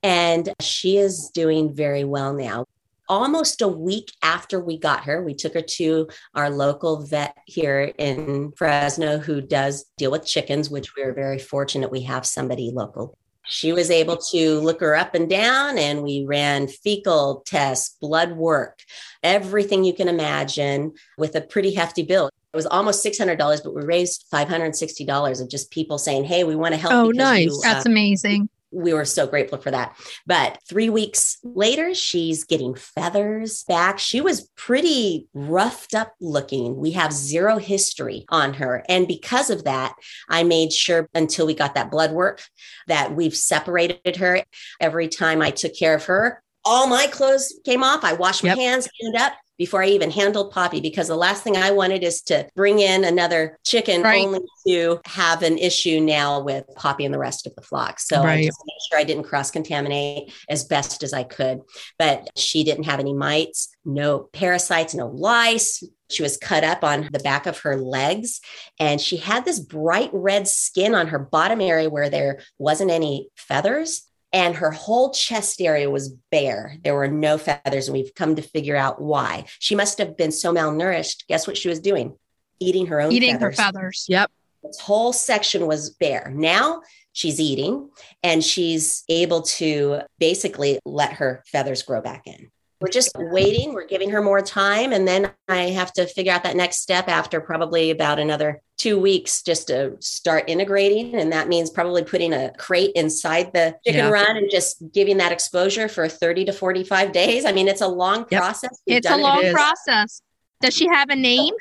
D: and she is doing very well now. Almost a week after we got her, we took her to our local vet here in Fresno who does deal with chickens, which we are very fortunate we have somebody local. She was able to look her up and down, and we ran fecal tests, blood work, everything you can imagine with a pretty hefty bill it was almost six hundred dollars, but we raised five hundred and sixty dollars of just people saying, "Hey, we want to help."
C: Oh,
D: because
C: nice.
D: you, uh,
B: That's amazing.
D: we were so grateful for that. But three weeks later, she's getting feathers back. She was pretty roughed up looking. We have zero history on her, and because of that, I made sure until we got that blood work that we've separated her. Every time I took care of her, all my clothes came off. I washed my
C: Yep.
D: hands, hand up before I even handled Poppy because the last thing I wanted is to bring in another chicken
B: Right.
D: only to have an issue now with Poppy and the rest of the flock. So
C: Right.
D: I just made sure I didn't cross contaminate as best as I could. But she didn't have any mites, no parasites, no lice. She was cut up on the back of her legs and she had this bright red skin on her bottom area where there wasn't any feathers and her whole chest area was bare there were no feathers and we've come to figure out why she must have been so malnourished guess what she was doing eating her own
B: Eating
D: feathers
B: her feathers.
C: Yep.
D: this whole section was bare. Now she's eating and she's able to basically let her feathers grow back in. we're just waiting. We're giving her more time. And then I have to figure out that next step after probably about another two weeks just to start integrating. And that means probably putting a crate inside the chicken
C: Yeah.
D: run and just giving that exposure for 30 to 45 days. I mean, it's a long
C: Yep.
D: process. We've
B: It's a
D: done it
B: long
C: is.
B: process. Does she have a name?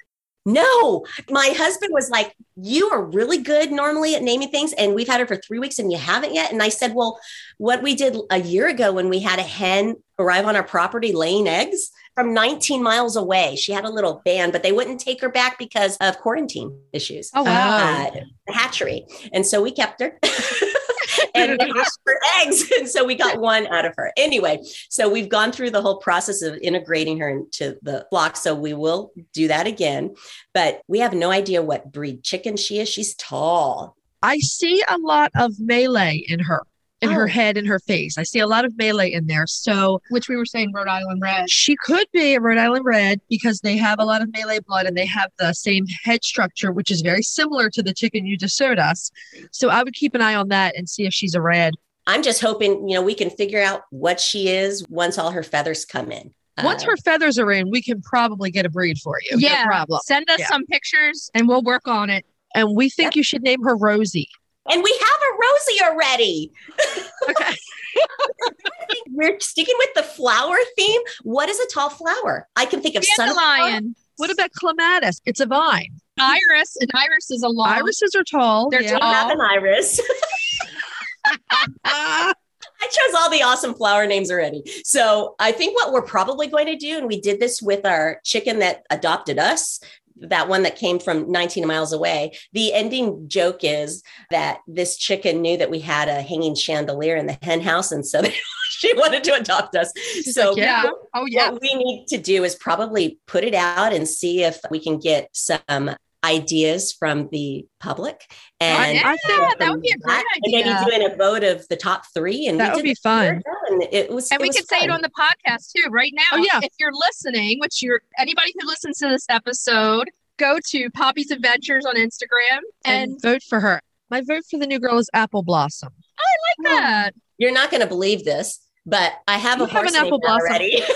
D: no, my husband was like, You are really good normally at naming things. And we've had her for three weeks and you haven't yet. And I said, Well, what we did a year ago when we had a hen arrive on our property laying eggs from 19 miles away, she had a little van, but they wouldn't take her back because of quarantine issues,
B: Oh wow.
D: uh, the hatchery. And so we kept her. (laughs) and they asked for eggs. (laughs) And so we got one out of her. Anyway, so we've gone through the whole process of integrating her into the flock. So we will do that again. But we have no idea what breed chicken she is. She's tall.
C: I see a lot of melee in her, in
D: Oh.
C: her head, in her face. I see a lot of melee in there. So
B: (laughs) Which we were saying Rhode Island Red.
C: she could be a Rhode Island Red because they have a lot of melee blood and they have the same head structure, which is very similar to the chicken you just showed us. So I would keep an eye on that and see if she's a red.
D: I'm just hoping, you know, we can figure out what she is once all her feathers come in.
C: Once
D: Uh,
C: her feathers are in, we can probably get a breed for you.
B: Yeah.
C: No problem.
B: Send us
C: Yeah.
B: some pictures and we'll work on it.
C: And we think you should name her Rosie.
D: Uh, and we have a Rosie already.
C: Okay.
D: (laughs) We're sticking with the flower theme. What is a tall flower? I can think of sunflower.
B: Dandelion.
C: What about clematis? It's a vine.
B: Iris. And Iris is a long.
C: Irises are tall.
B: They're
D: I
B: tall.
D: have an iris.
C: Ah,
D: I chose all the awesome flower names already. So I think what we're probably going to do, and we did this with our chicken that adopted us, that one that came from 19 miles away. The ending joke is that this chicken knew that we had a hanging chandelier in the hen house. And so (laughs) she wanted to adopt us. so
C: like,
B: Yeah. Oh yeah.
D: what we need to do is probably put it out and see if we can get some ideas from the public. And
C: I think-
B: yeah, that would be a great
D: and
B: idea.
D: maybe doing a vote of the top three. And
C: that
D: we
C: would
D: did
C: be
D: that
C: fun.
D: and it was,
B: And we
D: was
B: could say it
D: fun.
B: on the podcast too, right now.
C: Oh, yeah.
B: If you're listening, which you're anybody who listens to this episode, go to Poppy's Adventures on Instagram and,
C: And, vote for her. My vote for the new girl is Apple Blossom.
B: like that.
D: You're not going to believe this, but I have
C: You
D: a
C: have
D: horse
C: an apple
D: named that
C: blossom.
B: (laughs)
D: already. (laughs)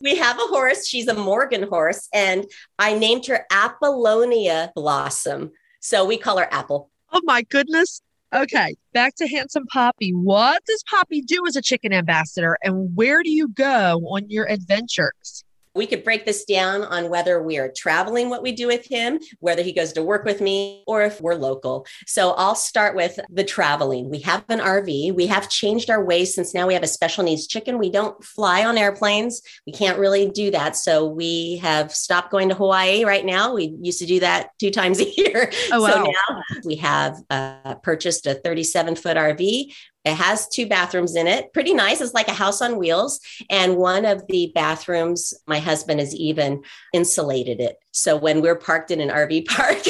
D: we have a horse. She's a Morgan horse, and I named her Apollonia Blossom. So we call her Apple.
C: Oh my goodness. Okay, back to Handsome Poppy. What does Poppy do as a chicken ambassador and where do you go on your adventures?
D: We could break this down on whether we are traveling, what we do with him, whether he goes to work with me, or if we're local. So I'll start with the traveling. We have an RV. We have changed our ways since now we have a special needs chicken. We don't fly on airplanes. We can't really do that. So we have stopped going to Hawaii right now. We used to do that two times a (laughs) year.
C: Oh,
D: so
C: wow.
D: now we have uh, purchased a 37 foot RV. It has two bathrooms in it. Pretty nice. It's like a house on wheels. And one of the bathrooms, my husband has even insulated it. So when we're parked in an RV (laughs) park,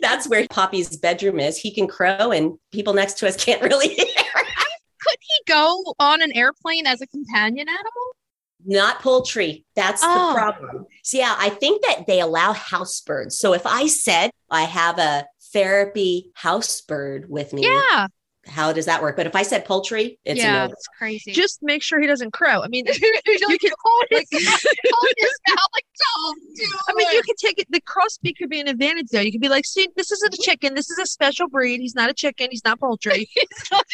D: that's where Poppy's bedroom is. He can crow, and people next to us can't really (laughs) hear.
B: Could he go on an airplane as a companion animal?
D: Not poultry. That's
B: Oh.
D: the problem. So, yeah, I think that they allow house birds. So, if I said I have a therapy house bird with
C: Mm.
D: me,
B: Yeah.
D: how does that work? But if I said poultry, it's
B: yeah.
D: a no.
B: It's crazy.
C: (laughs) Just make sure he doesn't crow. I mean, (laughs)
B: you
C: you
B: can
D: (laughs)
C: can-
B: hold his,
C: like-
B: hold his mouth like don't do
C: I mean, you
B: it.
C: can take it. The crossbeak could be an advantage there. You could be like, see, this isn't a chicken. This is a special breed. He's not a chicken. He's not
D: (laughs)
C: poultry.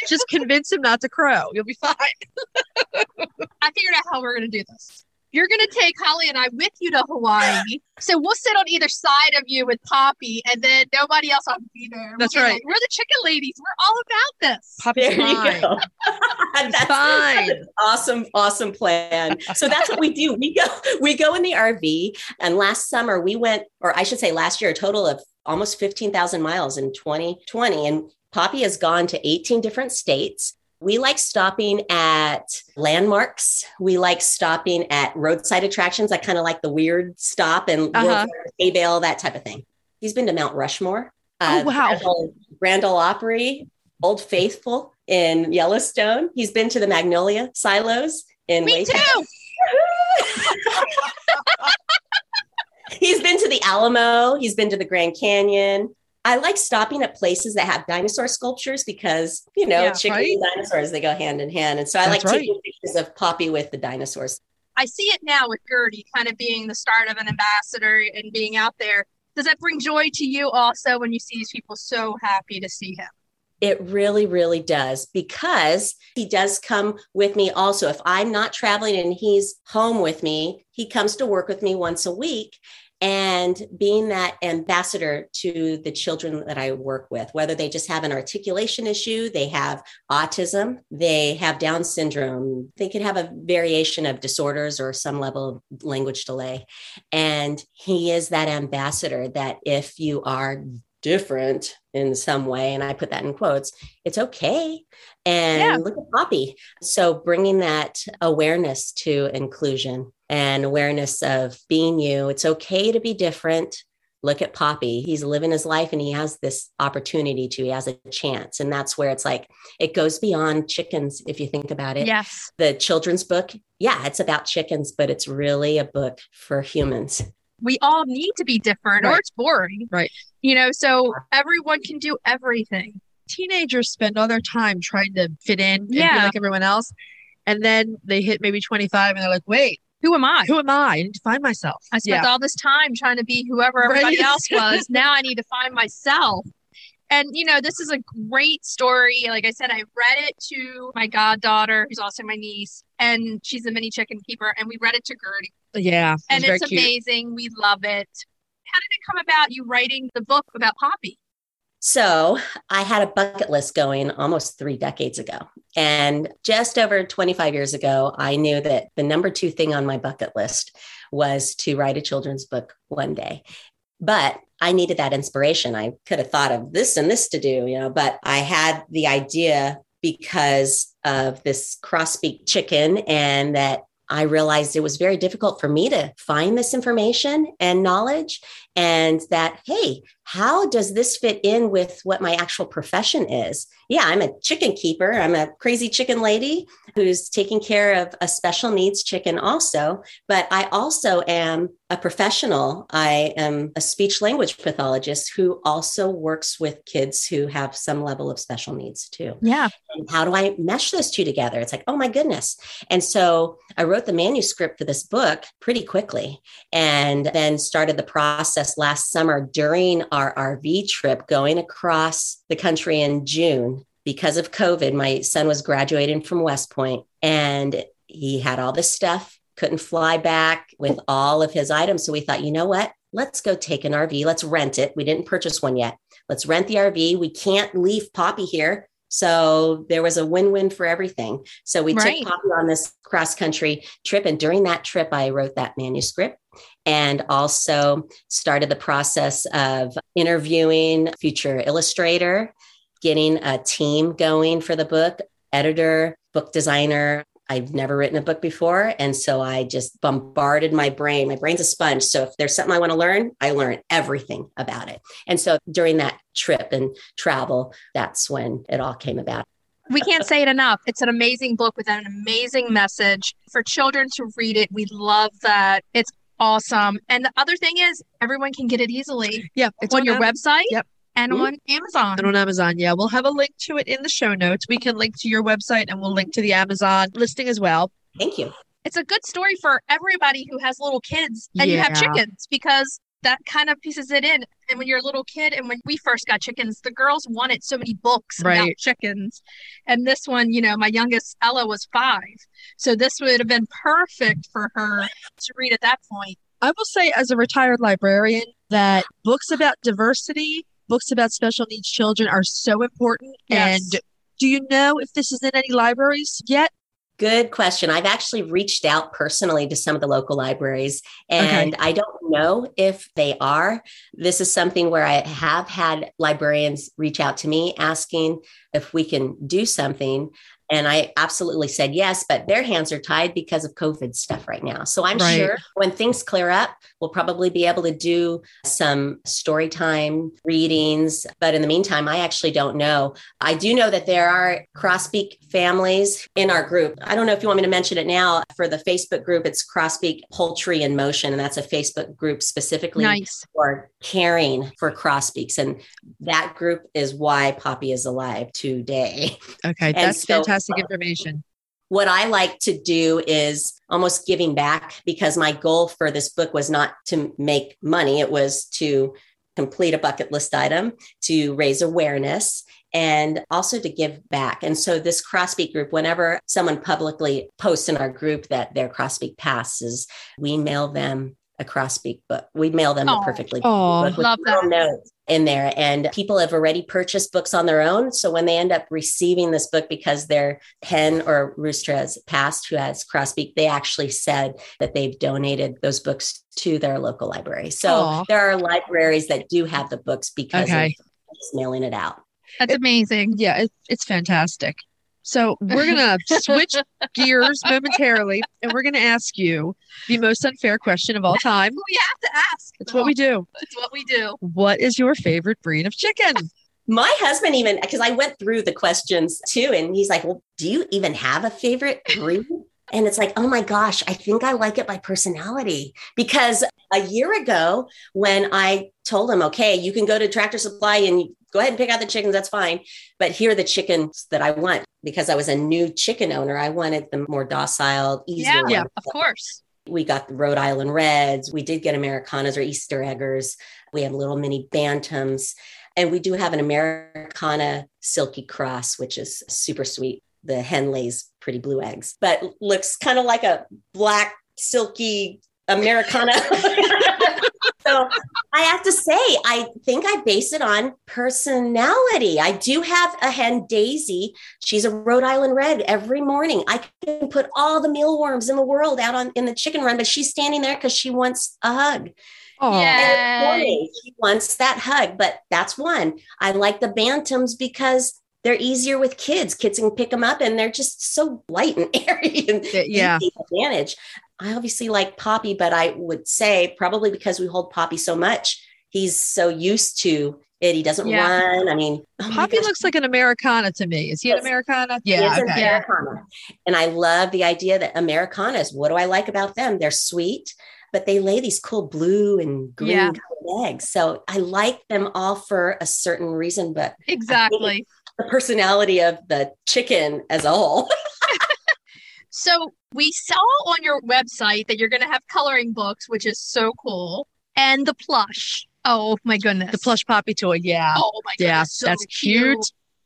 C: Just convince him not to crow. You'll be fine.
B: I figured out how we're gonna do this. You're gonna take Holly and I with you to
C: (laughs)
B: Hawaii, so we'll sit on either side of you with Poppy, and then nobody else will be there.
C: That's
B: We'll be
C: right.
B: like, we're the chicken ladies. We're all about this.
C: Poppy's
D: There
C: fine. (laughs)
D: you go. that's,
C: fine.
D: an awesome, awesome plan. So that's what we do. We go, we go in the RV. And last summer we went, or I should say last year, a total of almost 15,000 miles in 2020. And Poppy has gone to 18 different states. We like stopping at landmarks. We like stopping at roadside attractions. I kind of like the weird stop and
C: Uh-huh.
D: uh Bale, that type of thing. He's been to Mount Rushmore.
C: Oh, wow.
D: Grand Ole- Grand Ole Opry, Old Faithful in Yellowstone. He's been to the Magnolia silos in
B: Me
D: Lake. (laughs)
B: too.
D: He's been to the Alamo. He's been to the Grand Canyon. I like stopping at places that have dinosaur sculptures because, you know,
B: Yeah,
D: chicken
C: right?
D: and dinosaurs, they go hand in hand. And so I
C: That's
D: like taking pictures of Poppy with the dinosaurs.
B: I see it now with Gertie kind of being the start of an ambassador and being out there. Does that bring joy to you also when you see these people so happy to see him?
D: It really, really does because he does come with me also. If I'm not traveling and he's home with me, he comes to work with me once a week. And being that ambassador to the children that I work with, whether they just have an articulation issue, they have autism, they have Down syndrome, they could have a variation of disorders or some level of language delay. And he is that ambassador that if you are different in some way, and I put that in quotes, it's okay. And
B: Yeah.
D: look at Poppy. So bringing that awareness to inclusion and awareness of being you, it's okay to be different. Look at Poppy. He's living his life and he has this opportunity to, he has a chance. And that's where it's like, it goes beyond chickens, if you think about it.
B: Yes.
D: The children's book, yeah, it's about chickens, but it's really a book for humans.
B: We all need to be different or
C: Right.
B: it's boring.
C: Right.
B: You know, so everyone can do everything.
C: Teenagers spend all their time trying to fit in and
B: Yeah.
C: be like everyone else. And then they hit maybe 25 and they're like, wait,
B: Who am I?
C: who am I? I need to find myself.
B: I spent all this time trying to be whoever everybody
C: Right. (laughs)
B: else was. Now I need to find myself. And you know, this is a great story. Like I said, I read it to my goddaughter, who's also my niece, and she's a mini chicken keeper. And we read it to Gertie,
C: Yeah.
B: and
C: very
B: it's
C: cute.
B: amazing. We love it. How did it come about? You writing the book about Poppy?
D: So I had a bucket list going almost three decades ago. And just over 25 years ago, I knew that the number two thing on my bucket list was to write a children's book one day. But I needed that inspiration. I could have thought of this and this to do, you know, but I had the idea because of this crossbeak chicken and that I realized it was very difficult for me to find this information and knowledge and that, hey, how does this fit in with what my actual profession is? Yeah, I'm a chicken keeper. I'm a crazy chicken lady who's taking care of a special needs chicken, also. But I also am a professional. I am a speech language pathologist who also works with kids who have some level of special needs, too
B: Yeah.
D: and how do I mesh those two together? It's like, oh my goodness. And so I wrote the manuscript for this book pretty quickly and then started the process last summer during our RV trip going across the country in June because of COVID. My son was graduating from West Point and he had all this stuff, couldn't fly back with all of his items. So we thought, you know what? Let's go take an RV. Let's rent it. We didn't purchase one yet. Let's rent the RV. We can't leave Poppy here. So there was a win-win for everything. So we
B: Right.
D: took Poppy on this cross-country trip, and during that trip, I wrote that manuscript and also started the process of interviewing future illustrator, getting a team going for the book, editor, book designer. I've never written a book before. And so I just bombarded my brain. My brain's a sponge. So if there's something I want to learn, I learn everything about it. And so during that trip and travel, that's when it all came about.
B: We can't say it enough. It's an amazing book with an amazing message for children to read it. We love that. It's awesome. And the other thing is, everyone can get it easily.
C: Yeah. It's
B: on, Mm-hmm. your
C: Am-
B: website
C: Yep.
B: and
D: Mhm.
B: on Amazon.
C: And on Amazon. Yeah. We'll have a link to it in the show notes. We can link to your website and we'll link to the Amazon listing as well.
D: Thank you.
B: It's a good story for everybody who has little kids and you have
C: Yeah.
B: chickens because that kind of pieces it in. And when you're a little kid and when we first got chickens, the girls wanted so many books about
C: Right.
B: chickens. And this one, you know, my youngest Ella was five. So this would have been perfect for her to read at that point.
C: I will say, as a retired librarian, that books about diversity, books about special needs children are so important.
B: Yes.
C: And do you know if this is in any libraries yet?
D: Good question. I've actually reached out personally to some of the local libraries, and I don't know if they are. This is something where I have had librarians reach out to me asking if we can do something. And I absolutely said yes, but their hands are tied because of COVID stuff right now. So I'm
C: Right.
D: sure when things clear up, we'll probably be able to do some story time readings. But in the meantime, I actually don't know. I do know that there are Crossbeak families in our group. I don't know if you want me to mention it now. For the Facebook group, it's Crossbeak Poultry in Motion, and that's a Facebook group specifically
B: Nice.
D: for caring for Crossbeaks. And that group is why Poppy is alive today. (laughs)
C: Okay, that's
D: so-
C: fantastic information.
D: what I like to do is almost giving back because my goal for this book was not to make money, it was to complete a bucket list item, to raise awareness. And also to give back. And so, this Crossbeak group, whenever someone publicly posts in our group that their Crossbeak passes, we mail them a Crossbeak book. We mail them
B: Oh.
D: the perfectly
C: Oh,
D: book with
B: love
D: little
B: that.
D: notes in there. And people have already purchased books on their own. So when they end up receiving this book because their hen or rooster has passed who has crossbeak, they actually said that they've donated those books to their local library. So
C: Aw.
D: there are libraries that do have the books because
C: Okay.
D: of just mailing it out.
B: That's
C: It-
B: amazing.
C: Yeah, it, it's fantastic. So
B: (laughs)
C: we're gonna switch gears momentarily, and we're gonna ask you the most unfair question of all time.
B: We have to ask.
C: It's what we do.
B: It's what we do.
C: What is your favorite breed of chicken?
D: My husband even because I went through the questions too, and he's like, "Well, do you even have a favorite breed?" And it's like, "Oh my gosh, I think I like it by personality." Because a year ago, when I told him, "Okay, you can go to Tractor Supply and go ahead and pick out the chickens, that's fine, but here are the chickens that I want." Because I was a new chicken owner, I wanted the more docile, easier.
B: Yeah,
D: ones.
C: yeah,
B: Of course.
D: We got the Rhode Island Reds. We did get Americanas or Easter Eggers. We have little mini Bantams. And we do have an Americana Silky Cross, which is super sweet. The hen lays pretty blue eggs, but looks kind of like a black, silky Americana. (laughs) so I have to say, I think I base it on personality. I do have a hen, Daisy, She's a Rhode Island Red every morning. I can put all the mealworms in the world out on in the chicken run, but she's standing there because she wants a hug.
B: (laughs)
C: Oh,
B: Yeah. Yay.
D: Morning, She wants that hug, but that's one. I like the bantams because they're easier with kids. Kids can pick them up and they're just so light and (laughs) airy and
C: yeah.
D: easy to manage. I obviously like Poppy, but I would say probably because we hold Poppy so much, he's so used to it. He doesn't
B: Yeah.
D: run. I mean, oh my
C: Poppy
D: gosh,
C: looks like an Americana to me. Is he an
D: Yes.
C: Americana?
D: yeah,
C: Yeah. Okay.
D: Americana. And I love the idea that Americanas, what do I like about them? They're sweet, but they lay these cool blue and green
B: Yeah.
D: colored eggs. So I like them all for a certain reason, but
B: Exactly.
D: the personality of the chicken as a whole. (laughs)
B: So we saw on your website that you're going to have coloring books, which is so cool, and the plush. Oh my goodness.
C: The plush poppy toy. Yeah.
B: Oh my goodness.
C: yeah,
B: so
C: that's cute.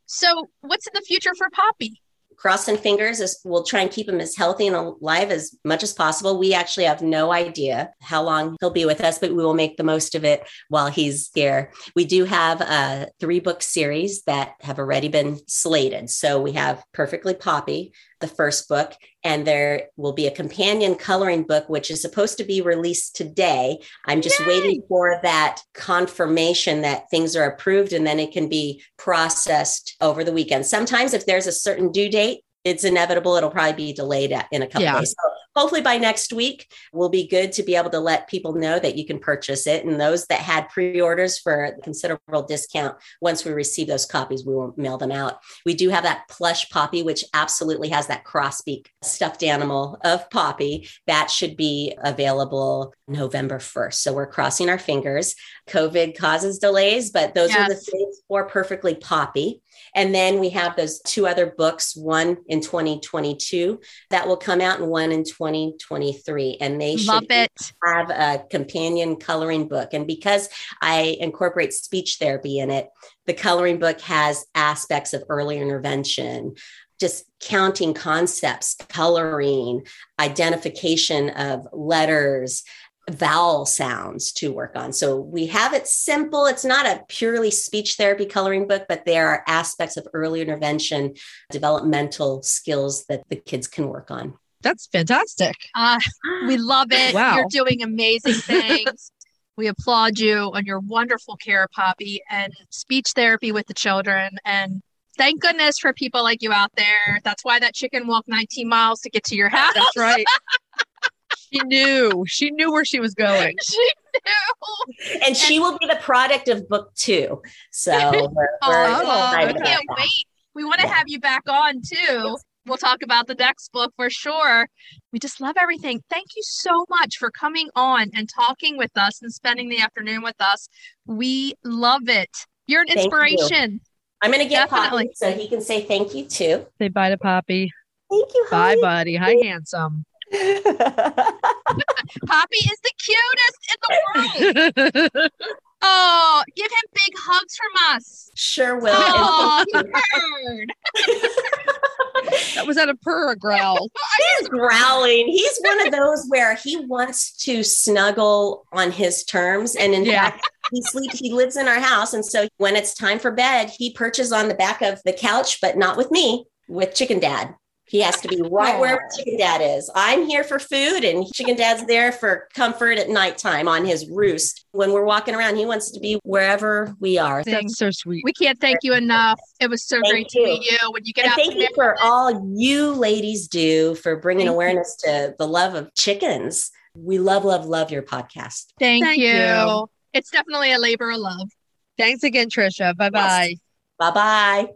B: So what's in the future for Poppy?
D: Crossing fingers is we'll try and keep him as healthy and alive as much as possible. We actually have no idea how long he'll be with us, but we will make the most of it while he's here. We do have a three book series that have already been slated. So we have Perfectly Poppy, the first book, and there will be a companion coloring book, which is supposed to be released today. I'm just
B: Yay!
D: waiting for that confirmation that things are approved and then it can be processed over the weekend. Sometimes, if there's a certain due date, it's inevitable. It'll probably be delayed at- in a couple
C: Yeah.
D: days. So hopefully, by next week, we'll be good to be able to let people know that you can purchase it. And those that had pre orders for a considerable discount, once we receive those copies, we will mail them out. We do have that plush poppy, which absolutely has that crossbeak stuffed animal of poppy. That should be available November 1st. So we're crossing our fingers. COVID causes delays, but those are the
B: Yes.
D: things for perfectly poppy. And then we have those two other books, one in 2022 that will come out and one in 2023. And they
B: Love
D: should
B: it.
D: have a companion coloring book. And because I incorporate speech therapy in it, the coloring book has aspects of early intervention, just counting concepts, coloring, identification of letters. Vowel sounds to work on. So we have it simple. It's not a purely speech therapy coloring book, but there are aspects of early intervention, developmental skills that the kids can work on.
C: That's fantastic.
B: Uh, we love it.
C: Wow.
B: You're doing amazing things. (laughs) we applaud you on your wonderful care, Poppy, and speech therapy with the children. And Thank goodness for people like you out there. That's why that chicken walked 19 miles to get to your
C: (laughs)
B: house. (laughs)
C: That's right. she knew. She knew where she was going.
B: she knew.
D: And she will be the product of book two.
B: (laughs)
D: So we're, we're
B: (laughs) Oh, I
D: excited about
B: can't
D: that.
B: wait. We want to
D: Yeah.
B: have you back on too. We'll talk about the next book for sure. We just love everything. Thank you so much for coming on and talking with us and spending the afternoon with us. We love it. You're an
D: Thank you.
B: inspiration.
D: I'm going to get
B: Definitely.
D: Poppy so he can say thank you too.
C: Say bye to Poppy.
D: Thank you.
C: Bye,
D: honey.
C: buddy. Hi, handsome.
D: (laughs)
B: Poppy is the cutest
C: (laughs)
B: in the world. oh, give him big hugs from
D: (laughs)
B: us.
D: sure will.
B: Oh,
D: And
B: bird.
C: that was at a purr or growl.
D: He's growling. He's one of those where he wants to snuggle on his terms. And in
C: Yeah.
D: fact, he sleeps, he lives in our house. And so when it's time for bed, he perches on the back of the couch, but not with me, with Chicken Dad. He has to be right where Chicken Dad is. I'm here for food, and Chicken Dad's there for comfort at nighttime on his roost. When we're walking around, he wants to be wherever we are.
C: (laughs) That's so sweet.
B: We can't thank you enough. It was so
D: Thank
B: great to
D: you.
B: meet you. When you get
D: And
B: out
D: thank
B: to
D: you for
B: Maryland-
D: all you ladies do for bringing
B: Thank you.
D: awareness to the love of chickens. We love, love, love your podcast.
B: Thank,
C: Thank
B: you.
C: you.
B: It's definitely a labor of love.
C: Thanks again, Trisha. Bye bye.
D: Bye bye.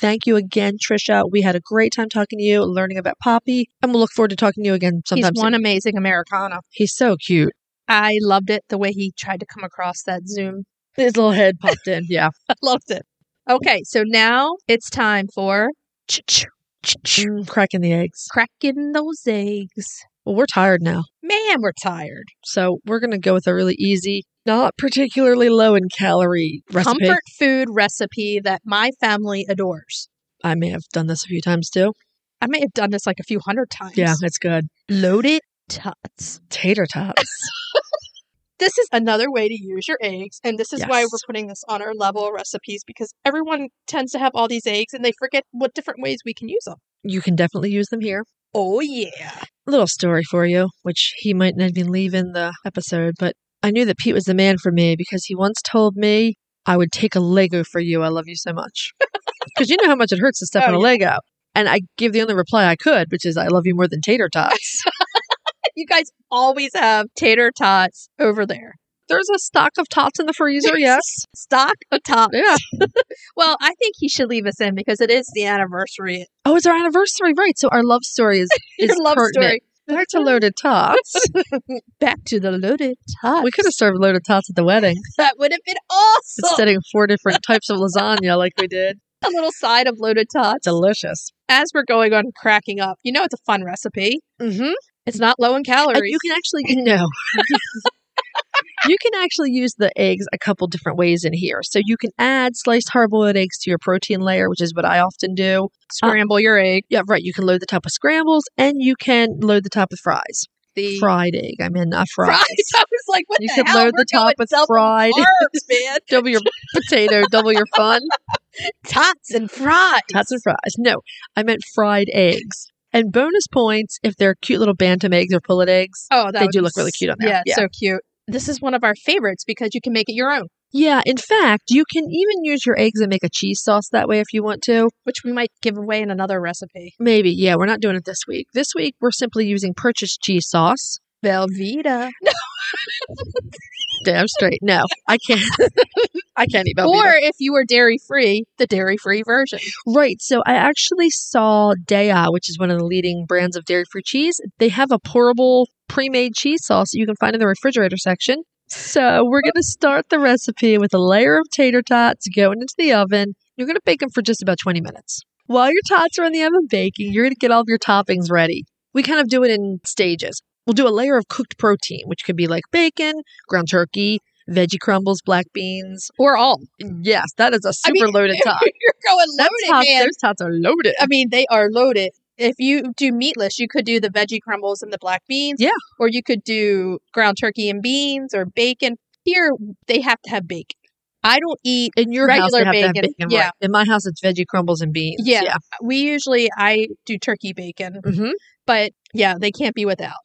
C: Thank you again, Trisha. We had a great time talking to you, learning about Poppy, and we'll look forward to talking to you again sometime.
B: He's
C: soon.
B: one amazing Americana.
C: He's so cute.
B: I loved it the way he tried to come across that Zoom.
C: His little head popped in. (laughs) Yeah, I loved it.
B: Okay, so now it's time for ch-ch, ch-ch,
C: Mm, cracking the eggs.
B: cracking those eggs.
C: Well, we're tired now,
B: Man, we're tired.
C: so we're gonna go with a really easy, not particularly low in calorie recipe.
B: Comfort food recipe that my family adores.
C: I may have done this a few times too.
B: I may have done this like a few hundred times.
C: Yeah, it's good.
B: Loaded tots.
C: Tater tots.
B: (laughs) This is another way to use your eggs. And this is why
C: Yes.
B: we're putting this on our level of recipes because everyone tends to have all these eggs and they forget what different ways we can use them.
C: you can definitely use them here.
B: Oh, yeah.
C: little story for you, which he might not even leave in the episode, but I knew that Pete was the man for me because he once told me I would take a Lego for you. I love you so much. (laughs) Because you know how much it hurts to step
B: Oh,
C: on a Lego. And I gave the only reply I could, which is I love you more than tater tots. (laughs)
B: you guys always have tater tots over there.
C: There's a stock of tots in the freezer, yes.
B: Stock of tots.
C: Yeah.
B: (laughs) Well, I think he should leave us in because it is the anniversary.
C: Oh, it's our anniversary, right? So our love story is, is
B: Your love
C: pertinent. Back to loaded tots.
B: (laughs) Back to the loaded tots.
C: we could have served loaded tots at the wedding
B: (laughs) That would have been awesome.
C: instead of four different types of lasagna like we did.
B: a little side of loaded tots.
C: Delicious.
B: As we're going on cracking up, you know it's a fun recipe.
C: Mm-hmm.
B: It's not low in
C: Uh,
B: calories.
C: You can actually no. (laughs) you can actually use the eggs a couple different ways in here. So you can add sliced hard-boiled eggs to your protein layer, which is what I often
B: Uh,
C: do.
B: scramble your egg.
C: Yeah, right. You can load the top with scrambles, and you can load the top with fries.
B: The
C: Fried egg. I mean, not
B: (laughs) fries.
C: fries.
B: I was like, what
C: You
B: the
C: could
B: hell?
C: load
B: We're
C: the top
B: going
C: with
B: double (laughs)
C: fried.
B: carbs, man.
C: (laughs) double your potato. Double your fun.
B: (laughs) tots and fries.
C: Tots and fries. No, I meant fried eggs. And bonus points if they're cute little bantam eggs or pullet eggs.
B: Oh, that
C: They
B: would
C: do
B: be
C: look really
B: s-
C: cute on there.
B: Yeah, it's
C: Yeah.
B: so cute. This is one of our favorites because you can make it your own,
C: Yeah, in fact, you can even use your eggs and make a cheese sauce that way if you want to.
B: which we might give away in another recipe.
C: Maybe. Yeah, we're not doing it this week. This week, we're simply using purchased cheese sauce.
B: Velveeta.
C: Damn straight. No, I can't. (laughs) I can't eat
B: Or
C: Velveeta.
B: if you were dairy free, the dairy free version.
C: Right. So I actually saw Daya, which is one of the leading brands of dairy free cheese. They have a pourable pre made cheese sauce that you can find in the refrigerator section. So we're going to start the recipe with a layer of tater tots going into the oven. You're going to bake them for just about 20 minutes. While your tots are in the oven baking, you're going to get all of your toppings ready. We kind of do it in stages. We'll do a layer of cooked protein, which could be like bacon, ground turkey, veggie crumbles, black beans.
B: Or all.
C: Yes, that is a
B: I
C: super
B: mean, (laughs)
C: loaded top.
B: You're going
C: That
B: loaded,
C: tots,
B: man.
C: those tots are loaded.
B: I mean, they are loaded. If you do meatless, you could do the veggie crumbles and the black beans.
C: Yeah.
B: Or you could do ground turkey and beans or bacon. Here, they have to have bacon. I don't eat.
C: In your house,
B: regular
C: they have to have
B: bacon,
C: bacon,
B: yeah.
C: right? In my house, it's veggie crumbles and beans.
B: Yeah. Mm-hmm. We usually, I do turkey bacon,
C: hmm
B: but yeah, they can't be without.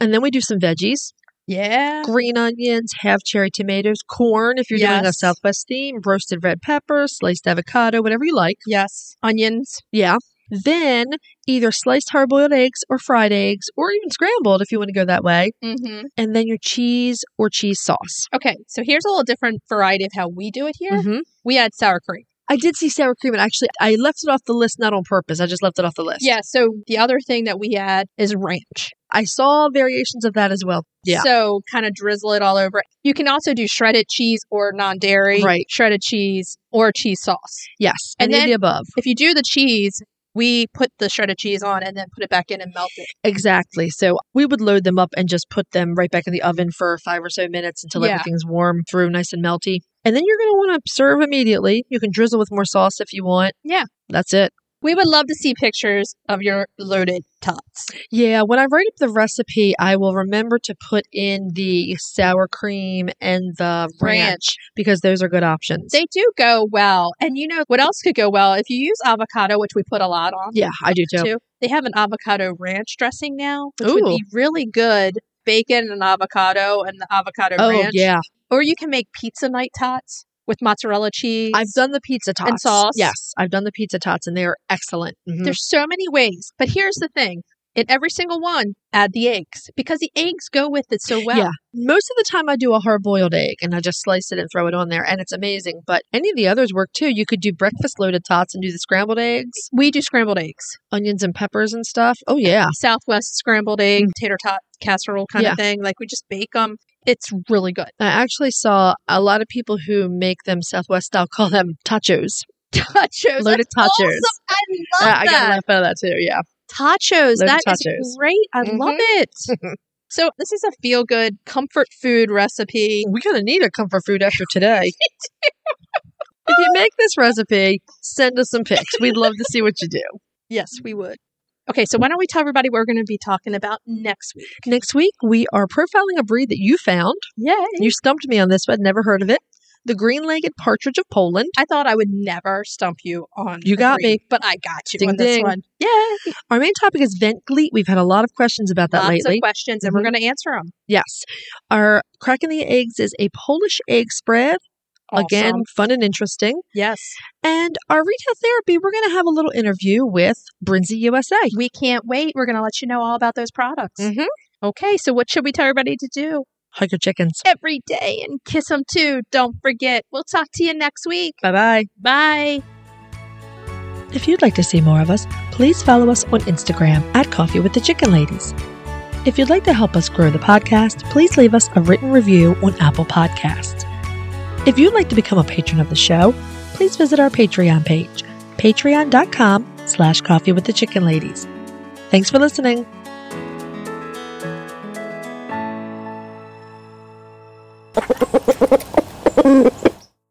C: And then we do some veggies.
B: Yeah.
C: green onions, half cherry tomatoes, corn if you're doing a
B: Yes.
C: Southwest steam, roasted red pepper, sliced avocado, whatever you like.
B: Yes. Onions.
C: Yeah. Then either sliced hard boiled eggs or fried eggs or even scrambled if you want to go that way.
B: Mm-hmm.
C: And then your cheese or cheese sauce.
B: Okay. So here's a little different variety of how we do it here.
C: Mhm.
B: We add sour cream.
C: I did see sour cream, and actually, I left it off the list not on purpose. I just left it off the list.
B: Yeah. So the other thing that we add is ranch.
C: I saw variations of that as well. Yeah.
B: So kind of drizzle it all over. You can also do shredded cheese or non dairy,
C: Right.
B: shredded cheese or cheese sauce.
C: yes.
B: And
C: Any of
B: then-
C: the above.
B: If you do the cheese, we put the shredded cheese on and then put it back in and melt it.
C: Exactly. So we would load them up and just put them right back in the oven for five or so minutes until
B: Yeah.
C: everything's warm through, nice and melty. And then you're going to want to serve immediately. You can drizzle with more sauce if you want.
B: Yeah.
C: That's it.
B: We would love to see pictures of your loaded tots.
C: Yeah. When I write up the recipe, I will remember to put in the sour cream and the ranch, because those are good options.
B: They do go well. And you know what else could go well? If you use avocado, which we put a lot on,
C: yeah, I do too.
B: too. They have an avocado ranch dressing now, which would
C: Ooh.
B: be really good. Bacon and avocado and the avocado
C: Oh,
B: ranch.
C: yeah.
B: Or you can make pizza night tots with mozzarella cheese.
C: I've done the pizza tots.
B: sauce.
C: Yes. I've done the pizza tots and they are excellent. Mhm.
B: There's so many ways. But here's the thing. In every single one, add the eggs because the eggs go with it so well.
C: Yeah. Most of the time, I do a hard boiled egg and I just slice it and throw it on there, and it's amazing. But any of the others work too. You could do breakfast loaded tots and do the scrambled eggs,
B: We do scrambled eggs.
C: onions and peppers and stuff. Oh, yeah.
B: Southwest scrambled egg, tater tot casserole kind
C: Mm. Yeah. Mm.
B: of thing. Like we just bake them. It's really good.
C: I actually saw a lot of people who make them Southwest style call them tachos.
B: Tachos.
C: Loaded
B: That's
C: tachos.
B: awesome. I
C: Uh,
B: love
C: I got
B: that.
C: a laugh out of that too. Yeah.
B: tachos.
C: Loaded Mm-hmm.
B: That is
C: tachos.
B: great. I love
C: (laughs)
B: it. so this is a feel good comfort food recipe.
C: We're going to need a comfort food after
B: (laughs)
C: today. if you make this recipe, send us some pics. We'd love to see what you do.
B: Yes, we would. Okay, so why don't we tell everybody what we're going to be talking about next week?
C: Next week, we are profiling a breed that you found.
B: Yay!
C: You stumped me on this, but I'd never heard of it. The green legged partridge of Poland.
B: I thought I would never stump you on.
C: You
B: the
C: got
B: green,
C: me.
B: but I got you
C: Ding,
B: on this
C: ding.
B: one. Yeah,
C: Our main topic is vent gleet. We've had a lot of questions about that
B: lots
C: lately.
B: of questions, and we're going to answer them
C: yes. Our cracking the eggs is a Polish egg spread. Again, fun and interesting.
B: Yes,
C: And our retail therapy, we're going to have a little interview with Brinzy USA.
B: we can't wait. We're going to let you know all about those products.
C: Mhm.
B: Mm-hmm. Okay, so what should we tell everybody to do
C: Hug your chickens.
B: every day and kiss them too? Don't forget. We'll talk to you next week.
C: Bye bye.
B: Bye.
C: If you'd like to see more of us, please follow us on Instagram at Coffee with the Chicken Ladies. If you'd like to help us grow the podcast, please leave us a written review on Apple Podcasts. If you'd like to become a patron of the show, please visit our Patreon page, patreon.com slash coffee with the chicken ladies. Thanks for listening.